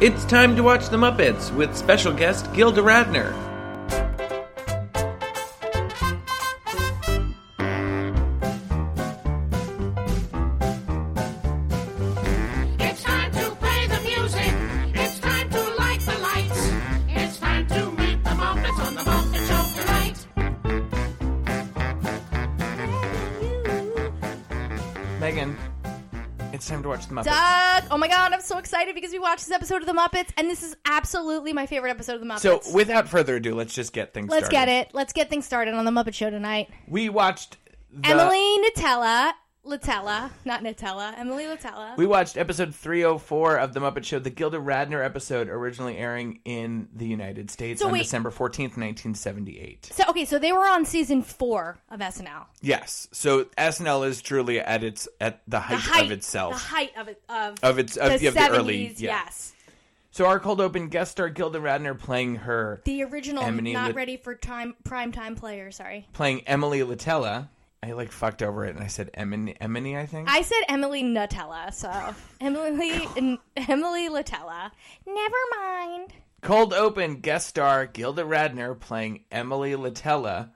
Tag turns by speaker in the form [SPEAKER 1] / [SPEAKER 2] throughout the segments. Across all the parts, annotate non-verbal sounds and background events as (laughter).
[SPEAKER 1] It's time to watch The Muppets with special guest Gilda Radner.
[SPEAKER 2] It's time to play the music. It's time to light the lights. It's time to meet the Muppets on the Muppet Show tonight.
[SPEAKER 3] Megan, it's time to watch the Muppets.
[SPEAKER 4] Duh. Oh my god, I'm so excited because we watched this episode of The Muppets, and this is absolutely my favorite episode of The Muppets.
[SPEAKER 3] So, without further ado, let's just get things
[SPEAKER 4] let's
[SPEAKER 3] started.
[SPEAKER 4] get it. Let's get things started on The Muppet Show tonight.
[SPEAKER 3] We watched the,
[SPEAKER 4] Emily Nutella, Latella, not Nutella, Emily Latella.
[SPEAKER 3] We watched episode 304 of The Muppet Show, the Gilda Radner episode, originally airing in the United States
[SPEAKER 4] So
[SPEAKER 3] on
[SPEAKER 4] wait-
[SPEAKER 3] December 14th, 1978.
[SPEAKER 4] so okay, so they were on season four of SNL.
[SPEAKER 3] Yes. So, SNL is truly at its at the height,
[SPEAKER 4] The height
[SPEAKER 3] of
[SPEAKER 4] The
[SPEAKER 3] itself.
[SPEAKER 4] height of it of,
[SPEAKER 3] Of its- of-
[SPEAKER 4] the,
[SPEAKER 3] yeah, of the early-
[SPEAKER 4] 70s,
[SPEAKER 3] yeah.
[SPEAKER 4] Yes,
[SPEAKER 3] So, our cold open guest star Gilda Radner playing her
[SPEAKER 4] the original,
[SPEAKER 3] Emily
[SPEAKER 4] not
[SPEAKER 3] Lut-
[SPEAKER 4] ready for time prime time player. Sorry,
[SPEAKER 3] playing Emily Latella. I like fucked over it and I said Emily, Emily I think.
[SPEAKER 4] I said Emily Nutella. So Emily
[SPEAKER 3] (laughs)
[SPEAKER 4] N- Emily Latella. Never mind.
[SPEAKER 3] Cold Open guest star Gilda Radner playing Emily Latella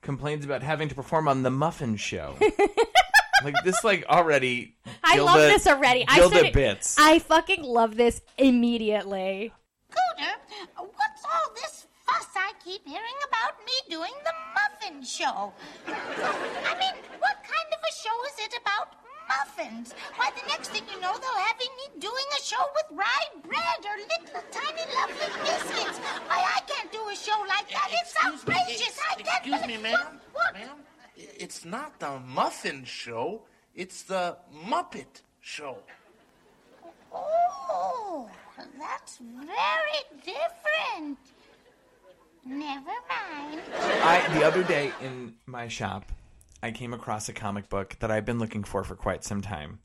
[SPEAKER 3] complains about having to perform on The Muffin
[SPEAKER 4] (laughs)
[SPEAKER 3] Show. like this, like already.
[SPEAKER 4] I
[SPEAKER 3] Gilda-
[SPEAKER 4] love this already. I
[SPEAKER 3] Gilda
[SPEAKER 4] said it-
[SPEAKER 3] bits.
[SPEAKER 4] I fucking love this immediately.
[SPEAKER 5] Scooter, what's all this fuss I keep hearing about me doing the muffin show? I mean, what kind of a show is it about muffins? Why, the next thing you know, they'll have me doing a show with rye bread or little tiny lovely biscuits. Why, I can't do a show like that. It's
[SPEAKER 6] Excuse me,
[SPEAKER 5] outrageous.
[SPEAKER 6] ex-
[SPEAKER 5] I can't
[SPEAKER 6] Excuse me,
[SPEAKER 5] believe-
[SPEAKER 6] ma'am.
[SPEAKER 5] What? what?
[SPEAKER 6] Ma'am, i- it's not the Muffin Show. It's the Muppet Show.
[SPEAKER 5] Oh, that's very different. Never mind.
[SPEAKER 3] I the other day in my shop, I came across a comic book that I've been looking for for quite some time,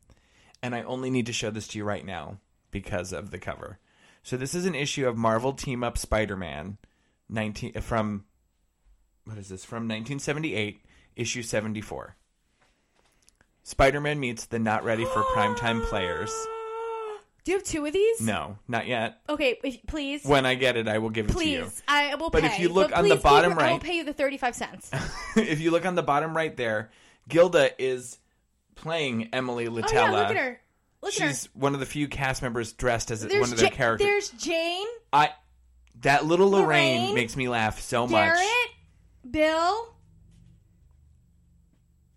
[SPEAKER 3] and I only need to show this to you right now because of the cover. So this is an issue of Marvel Team Up Spider-Man, nineteen uh, from what is this from nineteen seventy-eight, issue seventy-four. Spider-Man meets the not ready for primetime players.
[SPEAKER 4] Do you have two of these?
[SPEAKER 3] No, not yet.
[SPEAKER 4] Okay, if, please.
[SPEAKER 3] When I get it, I will give it to you.
[SPEAKER 4] please, I will
[SPEAKER 3] But
[SPEAKER 4] pay.
[SPEAKER 3] if you look on the
[SPEAKER 4] please,
[SPEAKER 3] bottom
[SPEAKER 4] I will
[SPEAKER 3] right-
[SPEAKER 4] pay you the
[SPEAKER 3] (laughs)
[SPEAKER 4] thirty-five cents. Oh,
[SPEAKER 3] if you look on the bottom right there, Gilda is playing Emily Latella.
[SPEAKER 4] Oh yeah, look at her. Look
[SPEAKER 3] She's one of the few cast members dressed as
[SPEAKER 4] at her. There's
[SPEAKER 3] one of their
[SPEAKER 4] Ja-
[SPEAKER 3] characters.
[SPEAKER 4] There's Jane,
[SPEAKER 3] I that little Lorraine,
[SPEAKER 4] Lorraine,
[SPEAKER 3] makes me laugh so
[SPEAKER 4] Garrett,
[SPEAKER 3] much.
[SPEAKER 4] Bill,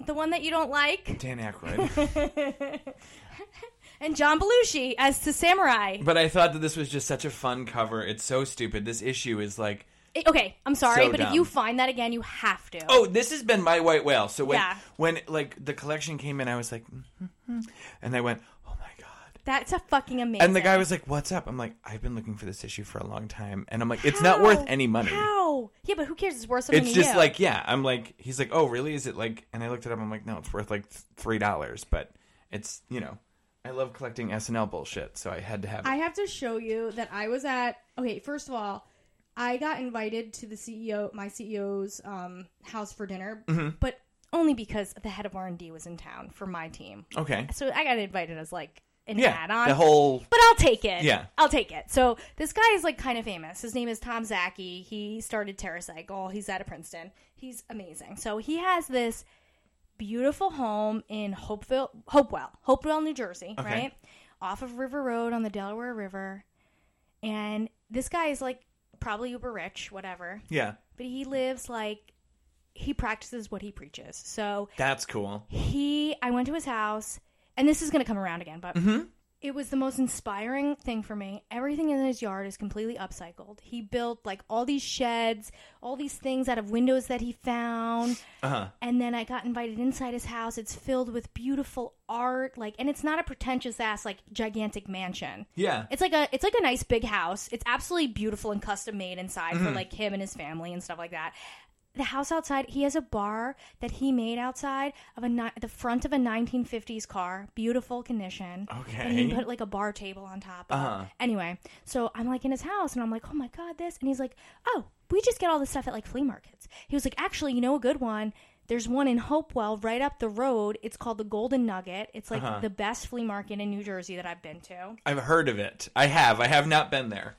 [SPEAKER 4] the one that you don't like,
[SPEAKER 3] Dan
[SPEAKER 4] (laughs)
[SPEAKER 3] Aykroyd.
[SPEAKER 4] and John Belushi as to Samurai.
[SPEAKER 3] but I thought that this was just such a fun cover. It's so stupid. This issue is like,
[SPEAKER 4] Eh, okay, I'm sorry,
[SPEAKER 3] So
[SPEAKER 4] but
[SPEAKER 3] dumb.
[SPEAKER 4] if you find that again, you have to.
[SPEAKER 3] oh, this has been my white whale. So when
[SPEAKER 4] Yeah.
[SPEAKER 3] when like the collection came in, I was like, (laughs) "Mhm." and I went, oh my god.
[SPEAKER 4] That's a fucking amazing.
[SPEAKER 3] And the guy was like, "What's up?" I'm like, "I've been looking for this issue for a long time," and I'm like, "It's not worth
[SPEAKER 4] How?
[SPEAKER 3] any money."
[SPEAKER 4] How? Yeah, but who cares? It's worth something.
[SPEAKER 3] It's
[SPEAKER 4] to
[SPEAKER 3] just
[SPEAKER 4] you.
[SPEAKER 3] like, yeah. I'm like, he's like, oh, really? Is it like? And I looked it up. I'm like, no, it's worth like th- three dollars, but it's you know, I love collecting SNL bullshit, so I had to have. it.
[SPEAKER 7] I have to show you that I was at. Okay, first of all, I got invited to the
[SPEAKER 4] E
[SPEAKER 7] CEO, my CEO's um, house for dinner,
[SPEAKER 3] Mm-hmm.
[SPEAKER 4] but only because the head of R and D was in town for my team,
[SPEAKER 3] okay,
[SPEAKER 4] so I got invited as like an
[SPEAKER 3] yeah,
[SPEAKER 4] add-on.
[SPEAKER 3] the whole
[SPEAKER 4] but I'll take it.
[SPEAKER 3] Yeah.
[SPEAKER 4] I'll take it. So this guy is like kind of famous. His name is Tom Zaki. He started TerraCycle. He's out of Princeton. He's amazing. So he has this beautiful home in Hopeville, Hopewell, Hopewell, New Jersey,
[SPEAKER 3] Okay.
[SPEAKER 4] right off of River Road on the Delaware River. And this guy is like probably uber rich, whatever.
[SPEAKER 3] yeah,
[SPEAKER 4] But he lives like he practices what he preaches. So
[SPEAKER 3] that's cool.
[SPEAKER 4] he i went to his house and this is going to come around again but it was the most inspiring thing for me everything in his yard is completely upcycled he built like all these sheds all these things out of windows that he found
[SPEAKER 3] Uh-huh.
[SPEAKER 4] and then i got invited inside his house it's filled with beautiful art like and it's not a pretentious ass like gigantic mansion
[SPEAKER 3] Yeah,
[SPEAKER 4] it's like a it's like a nice big house. It's absolutely beautiful and custom made inside
[SPEAKER 3] Mm-hmm.
[SPEAKER 4] for like him and his family and stuff like that. The house outside, he has a bar that he made outside of a ni- the front of a 1950s car, beautiful condition. And he
[SPEAKER 3] Okay.
[SPEAKER 4] put like a bar table on top. Of
[SPEAKER 3] Uh-huh.
[SPEAKER 4] it. Anyway, so I'm like in his house and I'm like, "Oh my god, this." And he's like, "Oh, we just get all this stuff at like flea markets." He was like, "Actually, you know a good one There's one in Hopewell right up the road. It's called the Golden Nugget. It's like
[SPEAKER 3] Uh-huh.
[SPEAKER 4] the best flea market in New Jersey that I've been to.
[SPEAKER 3] I've heard of it. I have. I have not been there.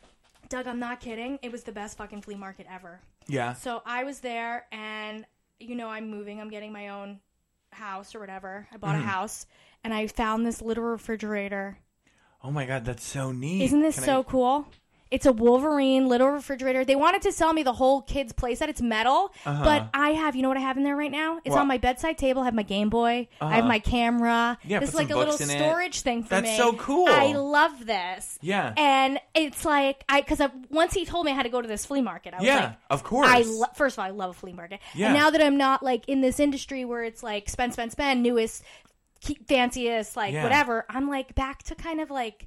[SPEAKER 4] Doug, I'm not kidding. It was the best fucking flea market ever.
[SPEAKER 3] Yeah.
[SPEAKER 4] So I was there, and you know, I'm moving. I'm getting my own house or whatever. I bought a house, and I found this little refrigerator.
[SPEAKER 3] Oh my god, that's so neat.
[SPEAKER 4] Isn't this
[SPEAKER 3] Can I-
[SPEAKER 4] so cool? It's a Wolverine little refrigerator. They wanted to sell me the whole kids' place that it's metal, but I have. You know what I have in there right now? It's
[SPEAKER 3] Uh-huh. What? Uh-huh.
[SPEAKER 4] on my bedside table. I have my Game Boy. I have my camera.
[SPEAKER 3] Yeah,
[SPEAKER 4] this
[SPEAKER 3] put
[SPEAKER 4] is like
[SPEAKER 3] some
[SPEAKER 4] a little
[SPEAKER 3] books in it.
[SPEAKER 4] storage thing for
[SPEAKER 3] That's
[SPEAKER 4] me.
[SPEAKER 3] so cool.
[SPEAKER 4] I love this.
[SPEAKER 3] Yeah.
[SPEAKER 4] and it's like I because once he told me I had to go to this flea market, I was
[SPEAKER 3] yeah,
[SPEAKER 4] like,
[SPEAKER 3] of course.
[SPEAKER 4] I lo- first of all, I love a flea market.
[SPEAKER 3] Yeah.
[SPEAKER 4] And now that I'm not like in this industry where it's like spend, spend, spend, newest, keep, fanciest, like
[SPEAKER 3] Yeah.
[SPEAKER 4] whatever. I'm like back to kind of like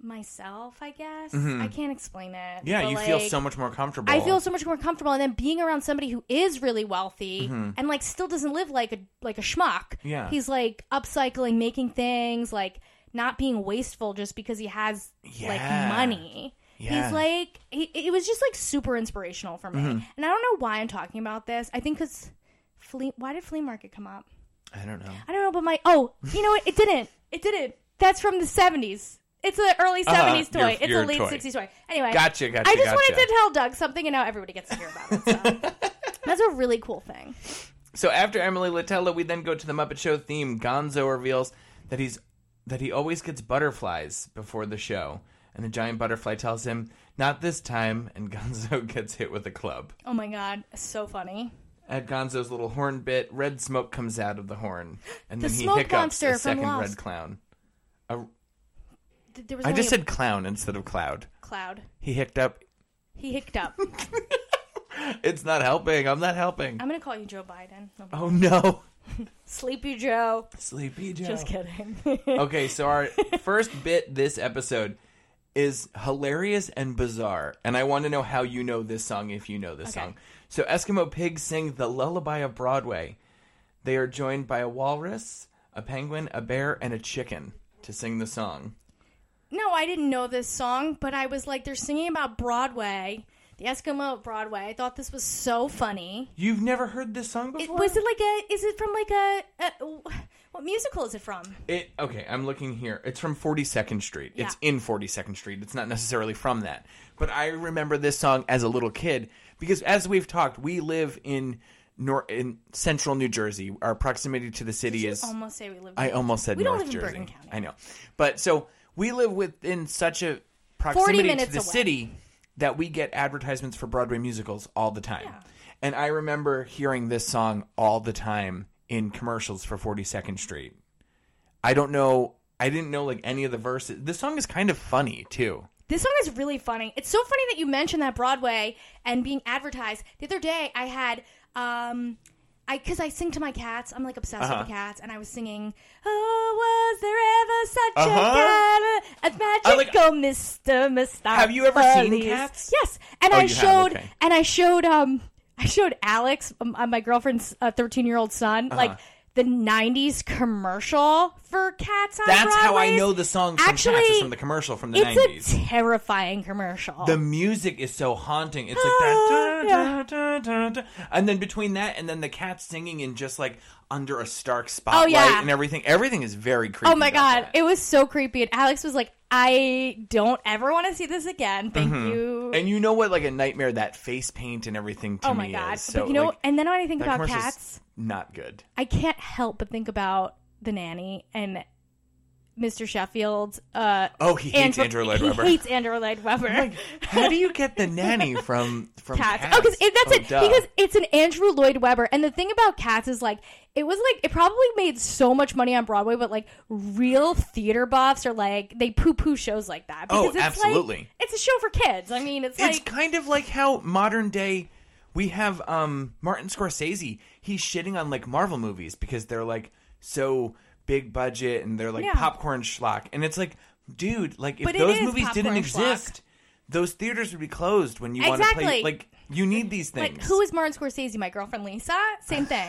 [SPEAKER 4] myself. I guess I can't explain it.
[SPEAKER 3] Mm-hmm. yeah,
[SPEAKER 4] but,
[SPEAKER 3] you feel
[SPEAKER 4] like,
[SPEAKER 3] so much more comfortable.
[SPEAKER 4] I feel so much more comfortable, and then being around somebody who is really wealthy and like still doesn't live like a like a schmuck.
[SPEAKER 3] Mm-hmm. Yeah.
[SPEAKER 4] he's like upcycling, making things, like not being wasteful just because he has like
[SPEAKER 3] Yeah.
[SPEAKER 4] money.
[SPEAKER 3] Yeah. Mm-hmm.
[SPEAKER 4] He's like he, it was just like super inspirational for me, and I don't know why I'm talking about this. I think because flea. Why did flea market come up?
[SPEAKER 3] I don't know.
[SPEAKER 4] I don't know, but my oh, you know what? It didn't. It didn't. That's from the seventies. It's an early
[SPEAKER 3] Uh-huh,
[SPEAKER 4] 70s toy.
[SPEAKER 3] your-
[SPEAKER 4] it's
[SPEAKER 3] your
[SPEAKER 4] a late
[SPEAKER 3] toy.
[SPEAKER 4] 60s toy. Anyway.
[SPEAKER 3] Gotcha, gotcha,
[SPEAKER 4] I just
[SPEAKER 3] gotcha.
[SPEAKER 4] wanted to tell Doug something, and now everybody gets to hear about it. So.
[SPEAKER 3] (laughs)
[SPEAKER 4] That's a really cool thing.
[SPEAKER 3] So after Emily Latella, we then go to the Muppet Show theme. Gonzo reveals that he's that he always gets butterflies before the show, and the giant butterfly tells him, "Not this time." (laughs) And Gonzo gets hit with a club.
[SPEAKER 4] Oh my god, so funny.
[SPEAKER 3] At Gonzo's little horn bit, red smoke comes out of the horn, and
[SPEAKER 4] The
[SPEAKER 3] then he
[SPEAKER 4] smoke
[SPEAKER 3] hiccups
[SPEAKER 4] monster
[SPEAKER 3] a
[SPEAKER 4] from
[SPEAKER 3] second
[SPEAKER 4] Lost.
[SPEAKER 3] red clown.
[SPEAKER 4] Th- There was
[SPEAKER 3] I
[SPEAKER 4] only
[SPEAKER 3] just
[SPEAKER 4] a
[SPEAKER 3] said clown instead of cloud.
[SPEAKER 4] cloud.
[SPEAKER 3] He hicked up.
[SPEAKER 4] He hicked up.
[SPEAKER 3] (laughs) It's not helping. I'm not helping.
[SPEAKER 4] I'm gonna call you Joe Biden. No,
[SPEAKER 3] oh no, (laughs)
[SPEAKER 4] Sleepy Joe.
[SPEAKER 3] sleepy Joe.
[SPEAKER 4] Just kidding.
[SPEAKER 3] (laughs) Okay, so our
[SPEAKER 4] (laughs)
[SPEAKER 3] first bit this episode is hilarious and bizarre, and I want to know how you know this song if you know this
[SPEAKER 4] Okay.
[SPEAKER 3] song. So Eskimo pigs sing the lullaby of Broadway. They are joined by a walrus, a penguin, a bear, and a chicken to sing the song.
[SPEAKER 4] no, I didn't know this song, but I was like, they're singing about Broadway, the Eskimo of Broadway. I thought this was so funny.
[SPEAKER 3] You've never heard this song
[SPEAKER 4] It,
[SPEAKER 3] before?
[SPEAKER 4] was it like a? Is it from like a, a? What musical is it from?
[SPEAKER 3] It okay, I'm looking here. It's from 42nd Street. It's
[SPEAKER 4] Yeah.
[SPEAKER 3] in 42nd Street. It's not necessarily from that. But I remember this song as a little kid because as we've talked, we live in nor- in central New Jersey. Our proximity to the city is
[SPEAKER 4] Almost say we live.
[SPEAKER 3] I almost said
[SPEAKER 4] we
[SPEAKER 3] North
[SPEAKER 4] don't live
[SPEAKER 3] Jersey.
[SPEAKER 4] in Bergen County.
[SPEAKER 3] I know. But so we live within such a proximity to
[SPEAKER 4] minutes
[SPEAKER 3] the
[SPEAKER 4] away.
[SPEAKER 3] city that we get advertisements for Broadway musicals all the time. And I remember hearing this song all the time in commercials for 42nd Street. I don't know I didn't know like any of the verses. This song is kind of funny too.
[SPEAKER 4] This song is really funny. It's so funny that you mentioned that Broadway and being advertised. The other day, I had um, I because I sing to my cats. I'm like obsessed
[SPEAKER 3] Uh-huh.
[SPEAKER 4] with the cats, and I was singing. Oh, was there ever such
[SPEAKER 3] Uh-huh.
[SPEAKER 4] a cat? A
[SPEAKER 3] I like-
[SPEAKER 4] magical Mister Mister.
[SPEAKER 3] Have you ever seen
[SPEAKER 4] Feliz.
[SPEAKER 3] Cats?
[SPEAKER 4] Yes, and
[SPEAKER 3] Oh,
[SPEAKER 4] I
[SPEAKER 3] you have,
[SPEAKER 4] showed
[SPEAKER 3] okay.
[SPEAKER 4] and I showed um I showed Alex, um, uh, my girlfriend's thirteen year old son,
[SPEAKER 3] Uh-huh.
[SPEAKER 4] like. The '90s commercial for Cats on
[SPEAKER 3] That's how I
[SPEAKER 4] Broadways.
[SPEAKER 3] know the song from Cats, is
[SPEAKER 4] Actually,
[SPEAKER 3] from the commercial from the
[SPEAKER 4] it's
[SPEAKER 3] 90s.
[SPEAKER 4] a terrifying commercial.
[SPEAKER 3] the music is so haunting. It's like that,
[SPEAKER 4] Oh. Ah, Yeah.
[SPEAKER 3] dun, dun, dun, dun. and then between that and then the cat singing in just like under a stark spotlight
[SPEAKER 4] Oh, yeah.
[SPEAKER 3] and everything. Everything is very creepy.
[SPEAKER 4] oh my
[SPEAKER 3] about
[SPEAKER 4] god,
[SPEAKER 3] that.
[SPEAKER 4] it was so creepy. And Alex was like, "I don't ever want to see this again. Thank
[SPEAKER 3] Mm-hmm.
[SPEAKER 4] you."
[SPEAKER 3] and you know what? Like a nightmare. That face paint and everything. To
[SPEAKER 4] oh my
[SPEAKER 3] me
[SPEAKER 4] god.
[SPEAKER 3] is. So,
[SPEAKER 4] but you know,
[SPEAKER 3] like,
[SPEAKER 4] and then when I think
[SPEAKER 3] that
[SPEAKER 4] about
[SPEAKER 3] commercial's
[SPEAKER 4] cats,
[SPEAKER 3] not good.
[SPEAKER 4] I can't help but think about the nanny and Mr. Sheffield's. Uh,
[SPEAKER 3] Oh, he hates Andrew Lloyd Webber. Oh
[SPEAKER 4] He hates Andrew Lloyd Webber.
[SPEAKER 3] How do you get the nanny from from
[SPEAKER 4] Cats.
[SPEAKER 3] cats?
[SPEAKER 4] Oh, because that's
[SPEAKER 3] Oh,
[SPEAKER 4] it.
[SPEAKER 3] duh.
[SPEAKER 4] Because it's an Andrew Lloyd Webber, and the thing about Cats is like it was like it probably made so much money on Broadway, but like real theater buffs are like they poo poo shows like that.
[SPEAKER 3] Oh,
[SPEAKER 4] Because it's Like,
[SPEAKER 3] absolutely.
[SPEAKER 4] it's a show for kids. I mean, it's,
[SPEAKER 3] it's
[SPEAKER 4] like
[SPEAKER 3] kind of like how modern day we have um Martin Scorsese. He's shitting on like Marvel movies because they're like so big budget and they're like
[SPEAKER 4] Yeah.
[SPEAKER 3] popcorn schlock. And it's like, dude, like if
[SPEAKER 4] But it
[SPEAKER 3] those
[SPEAKER 4] is
[SPEAKER 3] movies
[SPEAKER 4] popcorn
[SPEAKER 3] didn't
[SPEAKER 4] schlock.
[SPEAKER 3] exist, Those theaters would be closed when you want to play.
[SPEAKER 4] Exactly.
[SPEAKER 3] Like you need these things.
[SPEAKER 4] Like, who is Martin Scorsese? My girlfriend Lisa? Same
[SPEAKER 3] (laughs)
[SPEAKER 4] thing.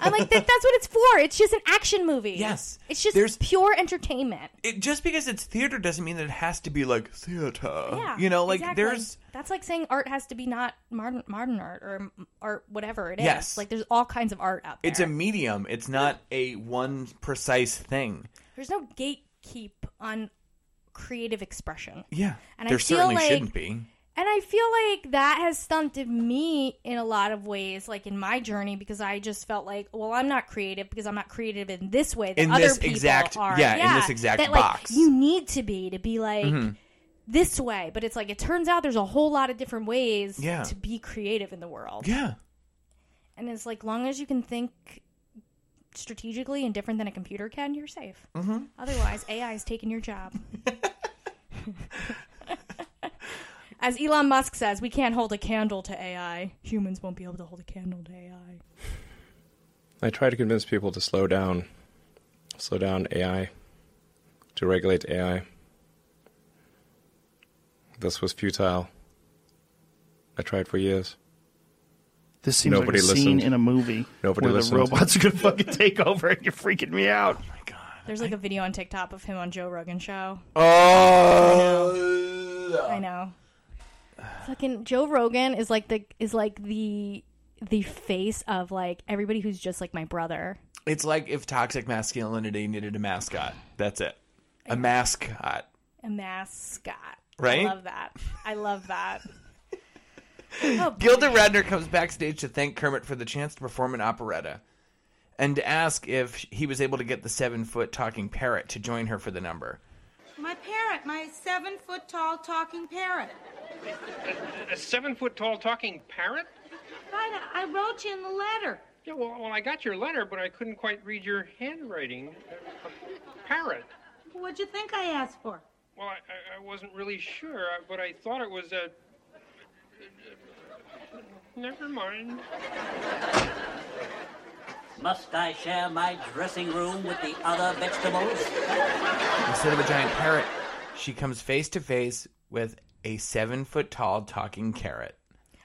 [SPEAKER 4] I'm like, that, that's what it's for. It's just an action movie.
[SPEAKER 3] Yes.
[SPEAKER 4] It's just
[SPEAKER 3] There's-
[SPEAKER 4] pure entertainment.
[SPEAKER 3] it, just because it's theater doesn't mean that it has to be like theater.
[SPEAKER 4] Yeah.
[SPEAKER 3] Oh, You know, like
[SPEAKER 4] exactly.
[SPEAKER 3] there's
[SPEAKER 4] That's like saying art has to be not modern, modern art or art, whatever it is.
[SPEAKER 3] Yes.
[SPEAKER 4] Like, there's all kinds of art out there.
[SPEAKER 3] it's a medium. It's not a one precise thing.
[SPEAKER 4] There's no gatekeep on creative expression.
[SPEAKER 3] Yeah.
[SPEAKER 4] And I
[SPEAKER 3] there
[SPEAKER 4] feel
[SPEAKER 3] certainly
[SPEAKER 4] like-
[SPEAKER 3] shouldn't be.
[SPEAKER 4] And I feel like that has stunted me in a lot of ways, like in my journey, because I just felt like, well, I'm not creative because I'm not creative in this way that
[SPEAKER 3] In
[SPEAKER 4] other
[SPEAKER 3] this
[SPEAKER 4] people
[SPEAKER 3] exact-
[SPEAKER 4] are.
[SPEAKER 3] yeah, in this exact
[SPEAKER 4] that, like,
[SPEAKER 3] box. Mm-hmm.
[SPEAKER 4] You need to be to be like this way, but it's like it turns out there's a whole lot of different ways
[SPEAKER 3] Yeah.
[SPEAKER 4] to be creative in the world.
[SPEAKER 3] Yeah.
[SPEAKER 4] And it's like long as you can think strategically and different than a computer can, you're safe. Mm-hmm. Otherwise, AI is taking your job. (laughs) As Elon Musk says, we can't hold a candle to AI. Humans won't be able to hold a candle to AI.
[SPEAKER 8] I try to convince people to slow down, slow down AI, to regulate AI. This was futile. I tried for years.
[SPEAKER 9] This seems
[SPEAKER 8] Nobody
[SPEAKER 9] like a scene
[SPEAKER 8] listened.
[SPEAKER 9] in a movie
[SPEAKER 8] Nobody
[SPEAKER 9] where
[SPEAKER 8] listened.
[SPEAKER 9] the robots are gonna fucking take over, and you're freaking me out.
[SPEAKER 3] Oh my god.
[SPEAKER 4] There's like a video on TikTok of him on Joe Rogan show.
[SPEAKER 3] Oh.
[SPEAKER 4] I know. Fucking Joe Rogan is like the is like the the face of like everybody who's just like my brother.
[SPEAKER 3] It's like if toxic masculinity needed a mascot. That's it. A mascot.
[SPEAKER 4] a mascot.
[SPEAKER 3] Right?
[SPEAKER 4] I love that. I love
[SPEAKER 3] (laughs)
[SPEAKER 4] that. Oh, boy.
[SPEAKER 3] Gilda Radner comes backstage to thank Kermit for the chance to perform an operetta and to ask if he was able to get the seven foot talking parrot to join her for the number.
[SPEAKER 5] My parrot, my seven foot tall talking parrot.
[SPEAKER 10] A seven foot tall talking parrot?
[SPEAKER 5] Right, I I wrote you in the letter.
[SPEAKER 10] Yeah, well, well, I got your letter, but I couldn't quite read your handwriting. A, parrot?
[SPEAKER 5] What'd you think I asked for?
[SPEAKER 10] Well, I, I- I wasn't really sure, I- but I thought it was a. Never mind.
[SPEAKER 11] Must I share my dressing room with the other vegetables?
[SPEAKER 3] Instead of a giant parrot, she comes face to face with a seven foot tall talking carrot.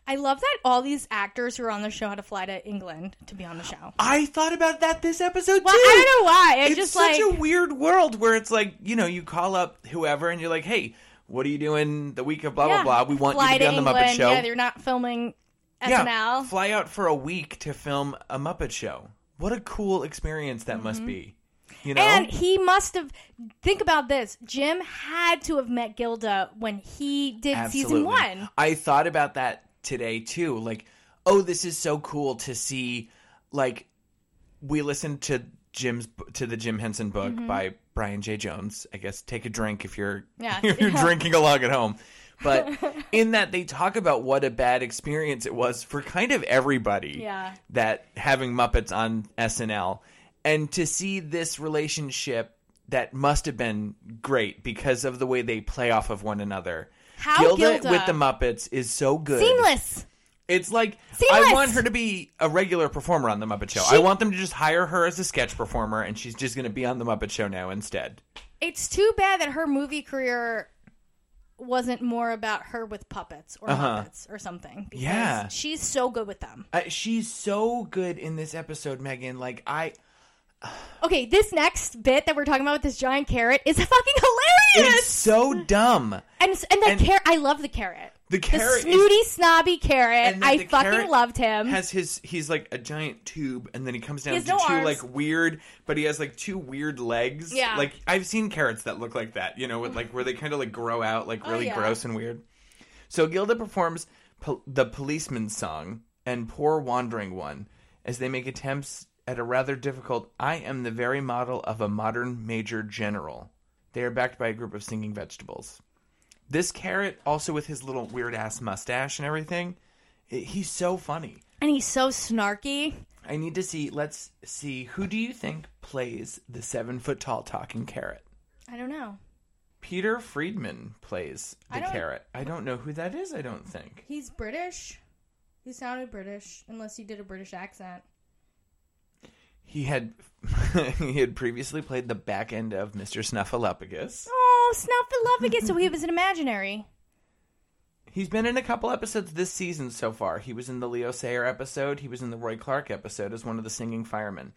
[SPEAKER 4] I love that all these actors who are on the show had to fly to England to be on
[SPEAKER 3] (gasps)
[SPEAKER 4] the show.
[SPEAKER 3] I thought about that this episode
[SPEAKER 4] Well,
[SPEAKER 3] too.
[SPEAKER 4] I don't know why. It's,
[SPEAKER 3] it's
[SPEAKER 4] just
[SPEAKER 3] such
[SPEAKER 4] like
[SPEAKER 3] a weird world where it's like you know you call up whoever and you're like, hey, what are you doing the week of blah
[SPEAKER 4] yeah,
[SPEAKER 3] blah blah? We want you
[SPEAKER 4] fly
[SPEAKER 3] to be on the Muppet
[SPEAKER 4] England.
[SPEAKER 3] Show.
[SPEAKER 4] Yeah, they're not filming SNL.
[SPEAKER 3] yeah, fly out for a week to film a Muppet Show. What a cool experience that must be. You know,
[SPEAKER 4] Mm-hmm. And he must have. Think about this. Jim had to have met Gilda when he did season one.
[SPEAKER 3] I thought about that today too. Like, oh, this is so cool to see. Like, we listened to Jim's to the Jim Henson book
[SPEAKER 4] Mm-hmm.
[SPEAKER 3] by Brian J. Jones. I guess take a drink if you're (laughs)
[SPEAKER 4] Yeah.
[SPEAKER 3] if
[SPEAKER 4] (laughs)
[SPEAKER 3] you're drinking along at home. But in that they talk about what a bad experience it was for kind of everybody
[SPEAKER 4] Yeah.
[SPEAKER 3] that having Muppets on SNL and to see this relationship that must have been great because of the way they play off of one another.
[SPEAKER 4] How Gilda-
[SPEAKER 3] with the Muppets is so good.
[SPEAKER 4] Seamless.
[SPEAKER 3] It's like I
[SPEAKER 4] Seamless.
[SPEAKER 3] want her to be a regular performer on the Muppet Show. I want them to just hire her as a sketch performer, and she's just going to be on the Muppet Show now instead.
[SPEAKER 4] It's too bad that her movie career wasn't more about her with puppets or puppets or something. Because
[SPEAKER 3] Uh-huh. Yeah.
[SPEAKER 4] she's so good with them.
[SPEAKER 3] Uh, she's so good in this episode, Megan. Like I,
[SPEAKER 4] Okay, this next bit that we're talking about with this giant carrot is (laughs) fucking hilarious.
[SPEAKER 3] it's so dumb.
[SPEAKER 4] and s- and the
[SPEAKER 3] and-
[SPEAKER 4] carrot, I love the carrot.
[SPEAKER 3] The carrot is-
[SPEAKER 4] snooty, snobby carrot.
[SPEAKER 3] And then
[SPEAKER 4] I
[SPEAKER 3] the
[SPEAKER 4] fucking
[SPEAKER 3] carrot
[SPEAKER 4] loved him.
[SPEAKER 3] Has his he's like a giant tube, and then he comes down
[SPEAKER 4] has
[SPEAKER 3] to
[SPEAKER 4] no
[SPEAKER 3] two
[SPEAKER 4] arms.
[SPEAKER 3] like weird, but he has like two weird legs.
[SPEAKER 4] Yeah.
[SPEAKER 3] like I've seen carrots that look like that. You know, with like where they kind of like grow out, like really
[SPEAKER 4] Oh, yeah.
[SPEAKER 3] gross and weird. So Gilda performs pol- the policeman's song and poor wandering one as they make attempts at a rather difficult. I am the very model of a modern major general. They are backed by a group of singing vegetables. This carrot, also with his little weird ass mustache and everything, i- he's so funny.
[SPEAKER 4] and he's so snarky.
[SPEAKER 3] I need to see. Let's see. Who do you think plays the seven foot tall talking carrot?
[SPEAKER 4] I don't know.
[SPEAKER 3] Peter Friedman plays the
[SPEAKER 4] I don't-
[SPEAKER 3] carrot. I don't know who that is. I don't think.
[SPEAKER 7] He's British. He sounded British, unless he did a British accent.
[SPEAKER 3] He had (laughs) he had previously played the back end of Mr. Snuffleupagus.
[SPEAKER 4] Oh, Snuffleupagus. so he was an imaginary.
[SPEAKER 3] He's been in a couple episodes this season so far. He was in the Leo Sayer episode. He was in the Roy Clark episode as one of the singing firemen.